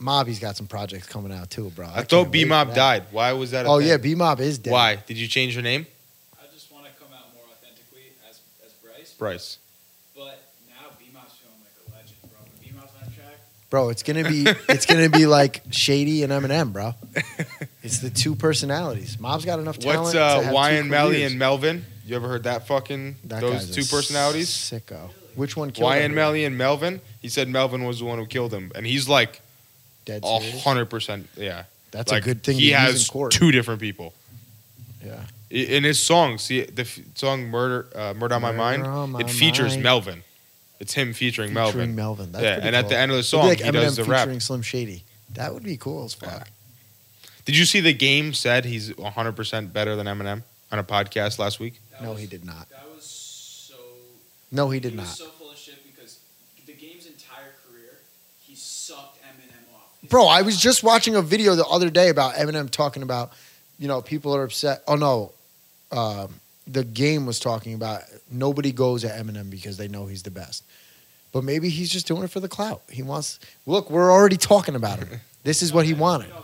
Speaker 1: Mobby's got some projects coming out too, bro.
Speaker 2: I,
Speaker 1: can't
Speaker 2: thought
Speaker 1: wait
Speaker 2: B Mob
Speaker 1: for that.
Speaker 2: died. Why was that a
Speaker 1: Oh
Speaker 2: thing?
Speaker 1: yeah, B Mob is dead.
Speaker 2: Why? Did you change her name?
Speaker 5: I just want to come out more authentically as as Bryce.
Speaker 2: Bryce.
Speaker 5: But now B-Mop's feeling like a legend, bro. When B-Mop's on track,
Speaker 1: bro? It's gonna be it's gonna be like Shady and Eminem, bro. It's the two personalities. Mob's got enough talent.
Speaker 2: What's
Speaker 1: to
Speaker 2: uh
Speaker 1: have two
Speaker 2: Wyan Melly
Speaker 1: careers.
Speaker 2: and Melvin? You ever heard that fucking
Speaker 1: That
Speaker 2: those
Speaker 1: guy's
Speaker 2: two
Speaker 1: a
Speaker 2: personalities?
Speaker 1: Sicko. Which one killed
Speaker 2: Wyan
Speaker 1: him?
Speaker 2: Melly and Melvin? He said Melvin was the one who killed him. And he's like
Speaker 1: Dead
Speaker 2: a
Speaker 1: serious?
Speaker 2: hundred percent yeah.
Speaker 1: That's
Speaker 2: Oh, Like,
Speaker 1: a good thing
Speaker 2: He
Speaker 1: to use
Speaker 2: has
Speaker 1: in court.
Speaker 2: two different people.
Speaker 1: Yeah.
Speaker 2: I- In his songs, see the f- song "Murder uh, Murder on My
Speaker 1: Murder
Speaker 2: Mind,"
Speaker 1: on My
Speaker 2: it features
Speaker 1: Mind.
Speaker 2: Melvin. It's him featuring, Melvin.
Speaker 1: Featuring Melvin. That's
Speaker 2: yeah,
Speaker 1: pretty
Speaker 2: and at
Speaker 1: cool.
Speaker 2: the end of the
Speaker 1: It'd
Speaker 2: song,
Speaker 1: be
Speaker 2: he
Speaker 1: like
Speaker 2: does the
Speaker 1: Eminem
Speaker 2: rap.
Speaker 1: featuring Slim Shady. That would be cool as fuck.
Speaker 2: Did you see the game said he's 100% better than Eminem on a podcast last week?
Speaker 5: that
Speaker 1: No,
Speaker 5: was,
Speaker 1: he did not.
Speaker 5: That was so
Speaker 1: No, he did
Speaker 5: he
Speaker 1: not.
Speaker 5: was so full of shit because the game's entire career, he sucked Eminem off. His
Speaker 1: Bro, I was just watching a video the other day about Eminem talking about, you know, people are upset. Oh no, um, the game was talking about nobody goes at Eminem because they know he's the best. But maybe he's just doing it for the clout. He wants. Look, we're already talking about him. This is what he
Speaker 5: You know
Speaker 1: wanted.
Speaker 5: that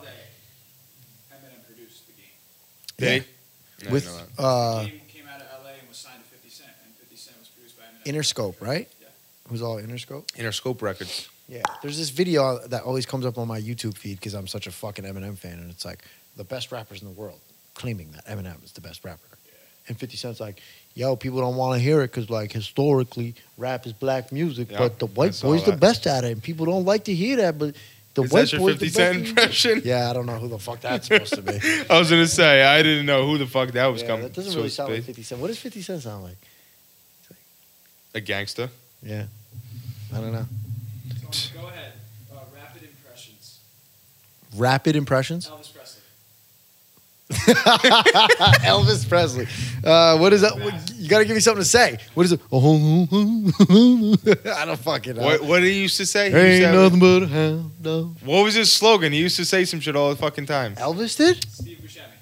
Speaker 5: Eminem produced the game.
Speaker 2: They? Yeah, I
Speaker 1: With
Speaker 2: know that.
Speaker 1: uh,
Speaker 5: the game came out of LA and was signed to 50 Cent, and 50 Cent was produced by Eminem.
Speaker 1: Interscope, right?
Speaker 5: Yeah.
Speaker 1: It was all Interscope.
Speaker 2: Interscope Records.
Speaker 1: Yeah, there's this video that always comes up on my YouTube feed because I'm such a fucking Eminem fan, and it's like the best rappers in the world claiming that Eminem is the best rapper. And 50 Cent's like, yo, people don't want to hear it because, like, historically, rap is black music,
Speaker 2: Yeah,
Speaker 1: but the
Speaker 2: I
Speaker 1: white
Speaker 2: saw
Speaker 1: boy's the
Speaker 2: that.
Speaker 1: best at it, and people don't like to hear that, but the
Speaker 2: Is
Speaker 1: white
Speaker 2: that your
Speaker 1: boy's
Speaker 2: 50
Speaker 1: the
Speaker 2: Cent
Speaker 1: best.
Speaker 2: impression?
Speaker 1: yeah, I don't know who the fuck that's supposed to be.
Speaker 2: I was going to say, I didn't know who the fuck that was
Speaker 1: Yeah,
Speaker 2: coming.
Speaker 1: that doesn't
Speaker 2: so
Speaker 1: really
Speaker 2: to
Speaker 1: sound like
Speaker 2: speak.
Speaker 1: 50 Cent. What does 50 Cent sound like?
Speaker 2: A gangster.
Speaker 1: Yeah. I don't know.
Speaker 5: So, go ahead. Uh, rapid impressions.
Speaker 1: Rapid impressions?
Speaker 5: Elvis Presley.
Speaker 1: Elvis Presley. Uh, what is that? What, you got to give me something to say. What is it? I don't fucking know.
Speaker 2: What, what did he used to say? He used to
Speaker 1: Ain't
Speaker 2: have-
Speaker 1: nothing but a hound dog.
Speaker 2: what was his slogan? He used to say some shit all the fucking time.
Speaker 1: Elvis did?
Speaker 5: Steve Buscemi.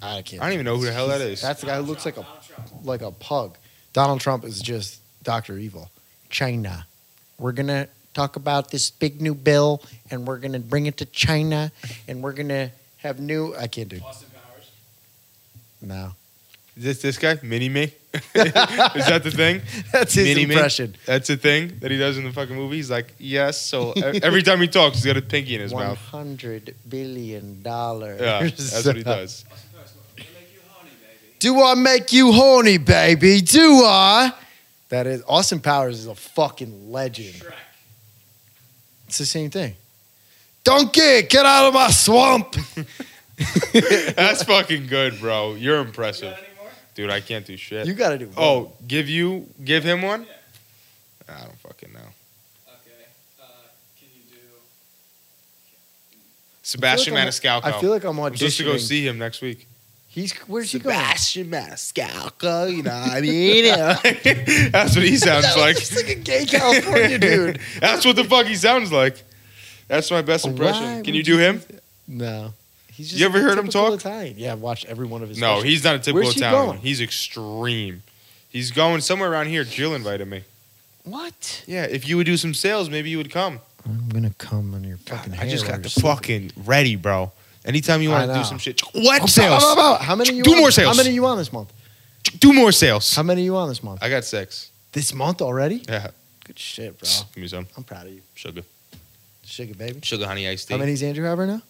Speaker 1: I can't.
Speaker 2: I don't even know who the hell that is.
Speaker 1: That's the guy who looks like
Speaker 5: Trump,
Speaker 1: a
Speaker 5: Donald Trump.
Speaker 1: like a pug. Donald Trump is just Doctor Evil. China. We're gonna talk about this big new bill, and we're gonna bring it to China, and we're gonna have new. I can't do.
Speaker 5: Austin Powers.
Speaker 1: No.
Speaker 2: this this guy mini me? Is that the thing?
Speaker 1: That's his
Speaker 2: Mini-me?
Speaker 1: impression.
Speaker 2: That's a thing that he does in the fucking movie. He's like, yes. So e- every time he talks, he's got a pinky in his
Speaker 1: One
Speaker 2: mouth.
Speaker 1: hundred billion dollars.
Speaker 2: Yeah, that's what he does.
Speaker 5: It'll make you horny, baby.
Speaker 1: Do I make you horny, baby? Do I? That is Austin Powers is a fucking legend.
Speaker 5: Shrek.
Speaker 1: It's the same thing. Donkey, get out of my swamp.
Speaker 2: That's fucking good, bro. You're
Speaker 5: You got
Speaker 2: impressive,
Speaker 5: any more?
Speaker 2: dude. I can't do shit.
Speaker 1: You got to do. one.
Speaker 2: oh, give you give him one? I don't fucking know.
Speaker 5: Okay. Uh, can you do?
Speaker 2: Sebastian
Speaker 1: I feel
Speaker 2: Maniscalco.
Speaker 1: like I'm- I feel like I'm
Speaker 2: I'm supposed to go
Speaker 1: auditioning.
Speaker 2: see him next week.
Speaker 1: He's where's he going?
Speaker 6: Sebastian Maniscalco, you know what I mean? Yeah.
Speaker 2: That's what he sounds
Speaker 1: That was
Speaker 2: like.
Speaker 1: just like a gay California dude.
Speaker 2: That's what the fuck he sounds like. That's my best impression.
Speaker 1: Why
Speaker 2: Can you
Speaker 1: would
Speaker 2: do him?
Speaker 1: No, he's just
Speaker 2: You ever
Speaker 1: a
Speaker 2: heard him
Speaker 1: typical
Speaker 2: talk?
Speaker 1: Italian. Yeah, I've watched every one of his.
Speaker 2: No,
Speaker 1: specials.
Speaker 2: he's not a typical
Speaker 1: Where's he
Speaker 2: Italian.
Speaker 1: going?
Speaker 2: He's extreme. He's going somewhere around here. Jill invited me.
Speaker 1: what?
Speaker 2: Yeah, if you would do some sales, maybe you would come.
Speaker 1: I'm gonna come on your fucking.
Speaker 2: I just
Speaker 1: hair
Speaker 2: got
Speaker 1: or
Speaker 2: the
Speaker 1: something.
Speaker 2: fucking ready, bro. Anytime you
Speaker 1: I
Speaker 2: want to do
Speaker 1: know.
Speaker 2: some shit, what
Speaker 1: How about-
Speaker 2: sales?
Speaker 1: how about- How many? You
Speaker 2: Do
Speaker 1: on?
Speaker 2: more sales.
Speaker 1: How many you on this month?
Speaker 2: Do more sales.
Speaker 1: How many you on this month?
Speaker 2: I got six.
Speaker 1: This month already?
Speaker 2: Yeah,
Speaker 1: Good shit, bro.
Speaker 2: give me some
Speaker 1: I'm proud of you,
Speaker 2: sugar,
Speaker 1: sugar baby.
Speaker 2: sugar honey iced tea.
Speaker 1: How many's Andrew have right now?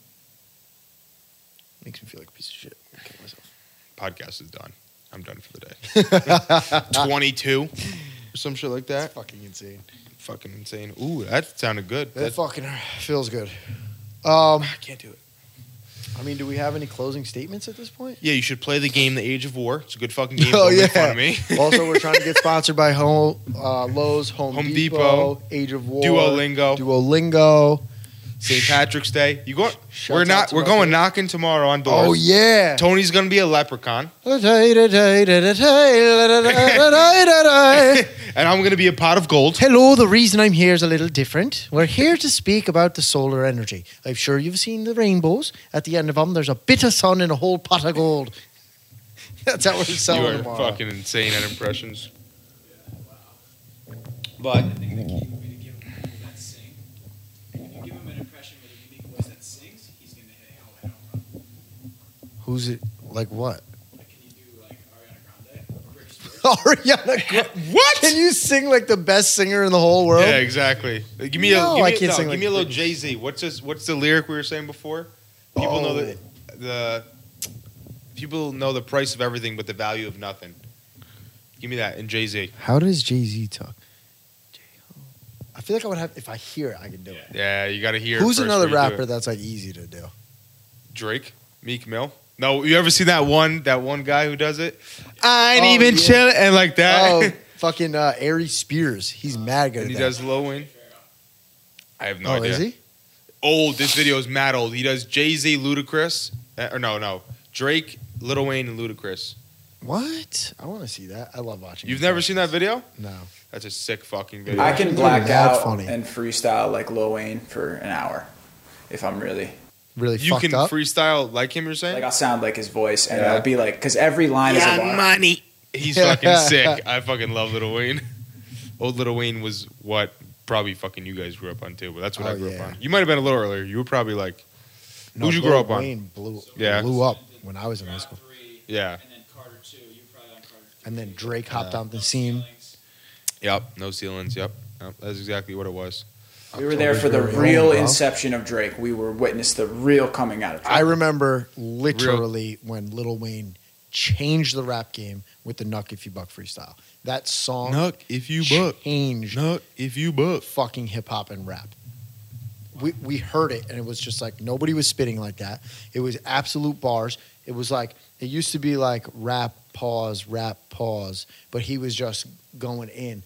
Speaker 1: Makes me feel like a piece of shit. I'm killing myself.
Speaker 2: Podcast is done. I'm done for the day.
Speaker 1: Ah.
Speaker 2: Twenty-two, or some shit like that.
Speaker 1: That's fucking insane.
Speaker 2: Fucking insane. Ooh, that sounded good.
Speaker 1: That
Speaker 2: That-
Speaker 1: fucking feels good. Um,
Speaker 2: I can't do it.
Speaker 1: I mean, do we have any closing statements at this point?
Speaker 2: Yeah, you should play the game The Age of War. It's a good fucking game.
Speaker 1: Oh,
Speaker 2: Don't make
Speaker 1: yeah.
Speaker 2: fun of me.
Speaker 1: also, we're trying to get sponsored by Home uh, Lowe's, Home,
Speaker 2: Home
Speaker 1: Depot, Age of War,
Speaker 2: Duolingo.
Speaker 1: Duolingo.
Speaker 2: St. Patrick's Day. You go.
Speaker 1: Shouts
Speaker 2: We're
Speaker 1: out
Speaker 2: not.
Speaker 1: to
Speaker 2: We're
Speaker 1: my
Speaker 2: going
Speaker 1: dude.
Speaker 2: knocking tomorrow on doors.
Speaker 1: Oh yeah.
Speaker 2: Tony's gonna be a leprechaun,
Speaker 1: Hello,
Speaker 2: and I'm gonna be a pot of gold.
Speaker 1: the reason I'm here is a little different. We're here to speak about the solar energy. I'm sure you've seen the rainbows. At the end of them, there's a bit of sun and a whole pot of gold. That's how we're
Speaker 2: you
Speaker 1: selling
Speaker 2: are
Speaker 1: tomorrow.
Speaker 2: fucking insane at impressions. But
Speaker 5: I think the key would be to give him people that sing. If you give him an impression with a unique voice that sings, he's gonna hit a hell of a home run.
Speaker 1: Who's it? Like what?
Speaker 5: Like, can you do like Ariana Grande? Britney Spears?
Speaker 1: Ariana Grande.
Speaker 2: what?
Speaker 1: Can you sing like the best singer in the whole world?
Speaker 2: Yeah, exactly. Give me
Speaker 1: No,
Speaker 2: a. Give me,
Speaker 1: I
Speaker 2: a-
Speaker 1: can't
Speaker 2: no,
Speaker 1: sing
Speaker 2: give
Speaker 1: like
Speaker 2: me a little
Speaker 1: Britney.
Speaker 2: Jay Z. What's this, What's the lyric we were saying before? People know the,
Speaker 1: Oh.
Speaker 2: the people know the price of everything, but the value of nothing. Give me that in Jay Z.
Speaker 1: How does Jay Z talk? I feel like I would have if I hear it, I can do it.
Speaker 2: Yeah, you got to hear. it
Speaker 1: Who's
Speaker 2: first
Speaker 1: another
Speaker 2: when you do it.
Speaker 1: rapper that's like easy to do?
Speaker 2: Drake, Meek Mill. No, you ever seen that one? That one guy who does it. I ain't
Speaker 1: Oh,
Speaker 2: even
Speaker 1: yeah.
Speaker 2: chilling and like that.
Speaker 1: Oh, fucking uh, Ari Spears. He's mad good.
Speaker 2: and he
Speaker 1: at
Speaker 2: does
Speaker 1: that.
Speaker 2: low in. I have no
Speaker 1: oh,
Speaker 2: idea.
Speaker 1: is he?
Speaker 2: Old. This video is mad old. He does Jay Z, Ludacris, uh, or no, no, Drake, Lil Wayne, and Ludacris.
Speaker 1: What? I want to see that. I love watching.
Speaker 2: You've
Speaker 1: these
Speaker 2: never
Speaker 1: guys.
Speaker 2: seen that video?
Speaker 1: No.
Speaker 2: That's a sick fucking video.
Speaker 3: I can black
Speaker 1: That's
Speaker 3: out
Speaker 1: funny.
Speaker 3: and freestyle like Lil Wayne for an hour if I'm really
Speaker 1: Really
Speaker 2: you
Speaker 1: fucked
Speaker 2: can
Speaker 1: up.
Speaker 2: freestyle like him. You're saying
Speaker 3: like I'll sound like his voice and
Speaker 2: Yeah.
Speaker 3: I'll be like because every line is a bar.
Speaker 6: money.
Speaker 2: he's fucking sick. I fucking love Lil Wayne. Old Lil Wayne was what probably fucking you guys grew up on too, but that's what
Speaker 1: Oh,
Speaker 2: I grew
Speaker 1: yeah.
Speaker 2: up on. You might have been a little earlier. You were probably like,
Speaker 1: No,
Speaker 2: who'd you
Speaker 1: Lil
Speaker 2: grow up on?
Speaker 1: Wayne blew,
Speaker 2: Yeah.
Speaker 1: blew up when I was in high
Speaker 5: Round
Speaker 1: school,
Speaker 5: three,
Speaker 2: yeah,
Speaker 5: and then Carter two. You were probably on Carter three.
Speaker 1: and then Drake hopped on the scene.
Speaker 5: Feelings.
Speaker 2: Yep, no ceilings. Yep, yep. that's exactly what it was.
Speaker 3: We were there for the
Speaker 1: October's very
Speaker 3: real
Speaker 1: own, bro.
Speaker 3: inception of Drake. We were witness the real coming out of Drake.
Speaker 1: I remember literally when Lil Wayne changed the rap game with the "Nuck If You Buck" freestyle. That song
Speaker 2: if you
Speaker 1: changed
Speaker 2: Nuck if you buck.
Speaker 1: fucking hip hop and rap. We we heard it and it was just like nobody was spitting like that. It was absolute bars. It was like it used to be like rap pause rap pause, but he was just going in.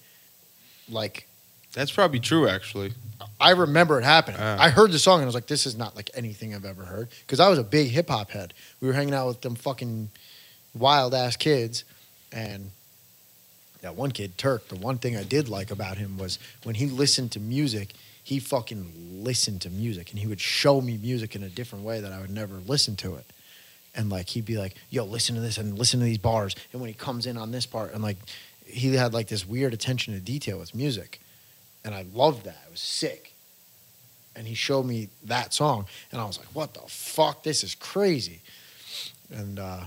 Speaker 1: Like
Speaker 2: That's probably true, actually.
Speaker 1: I remember it happening.
Speaker 2: Ah.
Speaker 1: I heard the song and I was like, this is not like anything I've ever heard because I was a big hip hop head. We were hanging out with them fucking wild ass kids and. That one kid, Turk, the one thing I did like about him was when he listened to music, he fucking listened to music and he would show me music in a different way that I would never listen to it. And like he'd be like, yo, listen to this and listen to these bars. And when he comes in on this part, and like he had like this weird attention to detail with music. And I loved that. It was sick. And he showed me that song. And I was like, what the fuck? This is crazy. And uh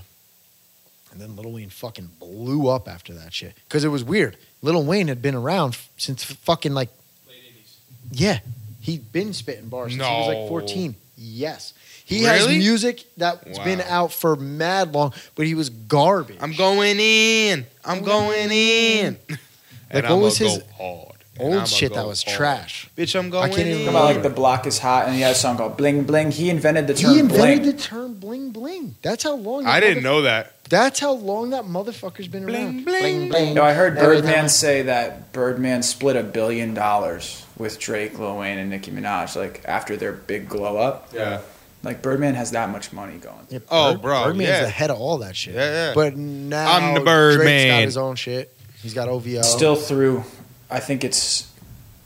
Speaker 1: And then Little Wayne fucking blew up after that shit because it was weird. Little Wayne had been around f- since fucking like
Speaker 5: Late 80s.
Speaker 1: yeah, he'd been spitting bars since he was like
Speaker 2: No.
Speaker 1: 14. Yes. He
Speaker 2: Really?
Speaker 1: has music that's
Speaker 2: Wow.
Speaker 1: been out for mad long, but he was garbage.
Speaker 2: I'm going in. I'm going in.
Speaker 1: Oh, Like,
Speaker 2: And
Speaker 1: what
Speaker 2: I'ma
Speaker 1: was his
Speaker 2: hard. And I'ma
Speaker 1: Old shit that
Speaker 2: go
Speaker 1: was
Speaker 2: hard.
Speaker 1: trash.
Speaker 2: Bitch, I'm going
Speaker 1: can't even
Speaker 2: in.
Speaker 3: Talking about like the block is hot, and he had a song called Bling Bling. He invented the term
Speaker 1: He invented
Speaker 3: bling.
Speaker 1: the term bling bling. That's how long. that
Speaker 2: I didn't
Speaker 1: motherf-
Speaker 2: know that.
Speaker 1: That's how long that motherfucker's been around.
Speaker 2: bling.
Speaker 3: No, I heard
Speaker 1: Every
Speaker 3: Birdman
Speaker 1: time-
Speaker 3: say that Birdman split a billion dollars with Drake, Lil Wayne, and Nicki Minaj, like after their big glow up.
Speaker 2: Yeah.
Speaker 3: Like Birdman has that much money going.
Speaker 1: Yeah,
Speaker 2: Oh,
Speaker 1: Bird-
Speaker 2: bro,
Speaker 1: Birdman's
Speaker 2: yeah.
Speaker 1: the head of all that shit.
Speaker 2: Yeah, yeah.
Speaker 1: But now
Speaker 2: I'm the Birdman.
Speaker 1: Drake's got his own shit. He's got OVO.
Speaker 3: Still through, I think it's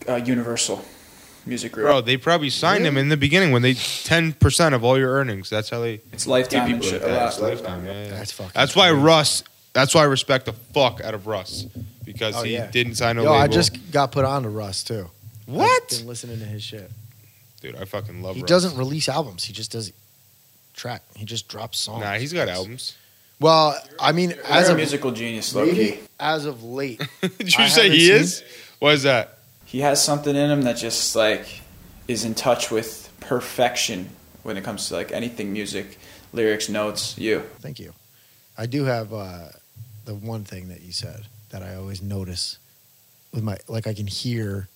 Speaker 3: uh, Universal Music Group.
Speaker 2: Bro, they probably signed him in the beginning when they 10% of all your earnings. That's how they
Speaker 3: it's
Speaker 2: get
Speaker 3: lifetime and
Speaker 2: people
Speaker 3: shit.
Speaker 2: like
Speaker 3: a
Speaker 2: that.
Speaker 3: lot.
Speaker 2: It's lifetime. Yeah, yeah.
Speaker 1: That's fucking.
Speaker 2: That's why
Speaker 1: crazy.
Speaker 2: Russ. That's why I respect the fuck out of Russ because
Speaker 1: Oh,
Speaker 2: he
Speaker 1: yeah.
Speaker 2: didn't sign a
Speaker 1: Yo,
Speaker 2: label.
Speaker 1: I just got put on to Russ too. I've
Speaker 2: what? Oh,
Speaker 1: been listening to his shit.
Speaker 2: Dude, I fucking love.
Speaker 1: He
Speaker 2: Russ.
Speaker 1: doesn't release albums. He just does track. He just drops songs.
Speaker 2: Nah, he's got albums.
Speaker 1: Well, I mean, as
Speaker 3: As a
Speaker 1: of
Speaker 3: musical genius, low
Speaker 1: maybe
Speaker 3: key.
Speaker 1: as of late,
Speaker 2: Did
Speaker 1: I
Speaker 2: you say
Speaker 1: haven't
Speaker 2: he
Speaker 1: seen-
Speaker 2: is? What is that?
Speaker 3: He has something in him that just like is in touch with perfection when it comes to like anything music, lyrics, notes, you.
Speaker 1: thank you. I do have uh, the one thing that you said that I always notice with my like I can hear.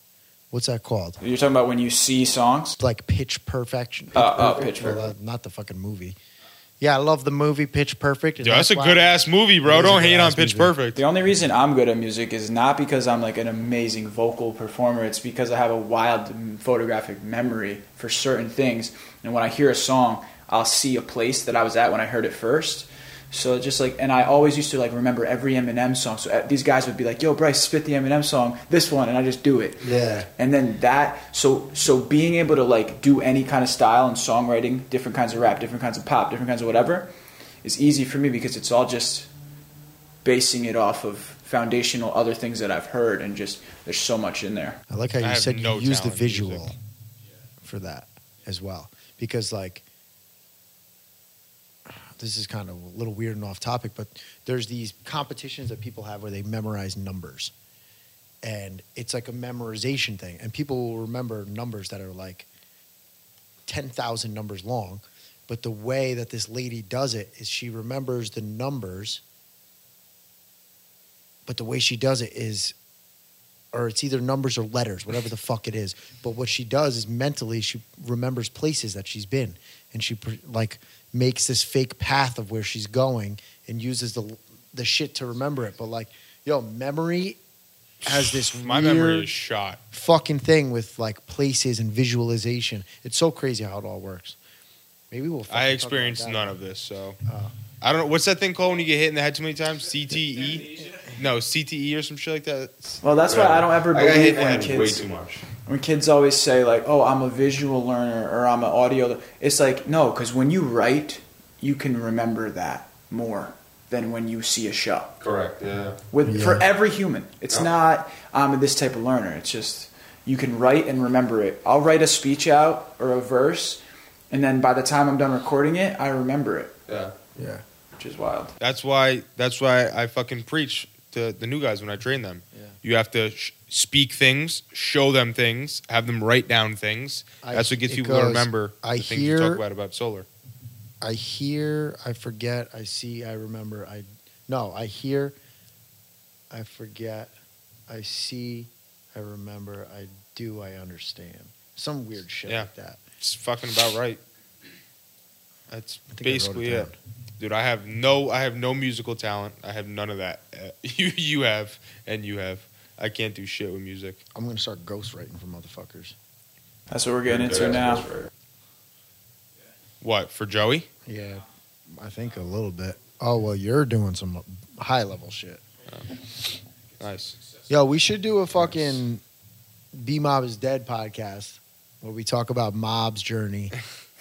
Speaker 1: What's that called?
Speaker 3: You're talking about when you see songs?
Speaker 1: It's like Pitch Perfection.
Speaker 3: Uh, uh, Pitch
Speaker 1: Well,
Speaker 3: Perfect.
Speaker 1: uh, not the fucking movie. Yeah, I love the movie Pitch Perfect. and
Speaker 2: Dude, that's a
Speaker 1: why-
Speaker 2: good ass movie,
Speaker 1: It
Speaker 2: bro.
Speaker 1: is a
Speaker 2: Don't hate on
Speaker 1: good-ass
Speaker 2: Pitch
Speaker 1: movie.
Speaker 2: Perfect.
Speaker 3: The only reason I'm good at music is not because I'm like an amazing vocal performer. It's because I have a wild m- photographic memory for certain things. And when I hear a song, I'll see a place that I was at when I heard it first. So it just like, and I always used to like remember every Eminem song. So uh, these guys would be like, "Yo, Bryce, spit the Eminem song, this one," and I just do it.
Speaker 1: Yeah.
Speaker 3: And then that, so so being able to like do any kind of style and songwriting, different kinds of rap, different kinds of pop, different kinds of whatever, is easy for me because it's all just basing it off of foundational other things that I've heard, and just there's so much in there.
Speaker 1: I like how
Speaker 2: I
Speaker 1: you
Speaker 2: have
Speaker 1: said
Speaker 2: no
Speaker 1: you use the
Speaker 2: talent in
Speaker 1: visual
Speaker 2: music.
Speaker 1: for that as well, because like this is kind of a little weird and off topic, but there's these competitions that people have where they memorize numbers, and it's like a memorization thing, and people will remember numbers that are like ten thousand numbers long, but the way that this lady does it is she remembers the numbers, but the way she does it is or it's either numbers or letters, whatever the fuck it is. But what she does is mentally she remembers places that she's been, and she pr- like makes this fake path of where she's going and uses the the shit to remember it. But like, yo, memory has this
Speaker 2: My
Speaker 1: weird
Speaker 2: memory is shot.
Speaker 1: fucking thing with like places and visualization. It's so crazy how it all works. Maybe we'll.
Speaker 2: I experienced none of this, so
Speaker 1: Oh.
Speaker 2: I don't know. What's that thing called when you get hit in the head too many times? CTE?
Speaker 5: Amnesia?
Speaker 2: No, CTE or some shit like that.
Speaker 3: Well, that's why I don't ever
Speaker 2: I got hit
Speaker 3: believe
Speaker 2: in the
Speaker 3: when
Speaker 2: head way
Speaker 3: kids
Speaker 2: too much.
Speaker 3: when kids always say like, "Oh, I'm a visual learner" or "I'm an audio," le-" it's like no, because when you write, you can remember that more than when you see a show.
Speaker 2: Correct. Yeah.
Speaker 3: with for
Speaker 1: Yeah.
Speaker 3: every human. It's
Speaker 2: Yeah.
Speaker 3: not I'm this type of learner. It's just you can write and remember it. I'll write a speech out or a verse, and then by the time I'm done recording it, I remember it,
Speaker 2: Yeah.
Speaker 1: Yeah.
Speaker 3: which is wild.
Speaker 2: That's why. That's why I fucking preach to the new guys when I train them.
Speaker 1: Yeah.
Speaker 2: You have to sh- speak things, show them things, have them write down things.
Speaker 1: I-
Speaker 2: That's what gets
Speaker 1: it
Speaker 2: people to
Speaker 1: goes,
Speaker 2: remember
Speaker 1: I
Speaker 2: the things you talk
Speaker 1: hear-
Speaker 2: about about solar.
Speaker 1: I hear, I forget, I see, I remember, I no, I hear, I forget, I see, I remember, I do, I understand. Some weird shit
Speaker 2: Yeah.
Speaker 1: like that.
Speaker 2: It's fucking about right. That's
Speaker 1: I think I wrote it
Speaker 2: basically it,
Speaker 1: down.
Speaker 2: dude. I have no, I have no musical talent. I have none of that. Uh, you, you have, and you have. I can't do shit with music.
Speaker 1: I'm gonna start ghostwriting for motherfuckers.
Speaker 3: That's what we're getting into now.
Speaker 2: What for Joey?
Speaker 1: Yeah, I think a little bit. Oh well, you're doing some high level shit.
Speaker 2: Nice.
Speaker 1: Yo, we should do a fucking B Mob is Dead podcast where we talk about Mob's journey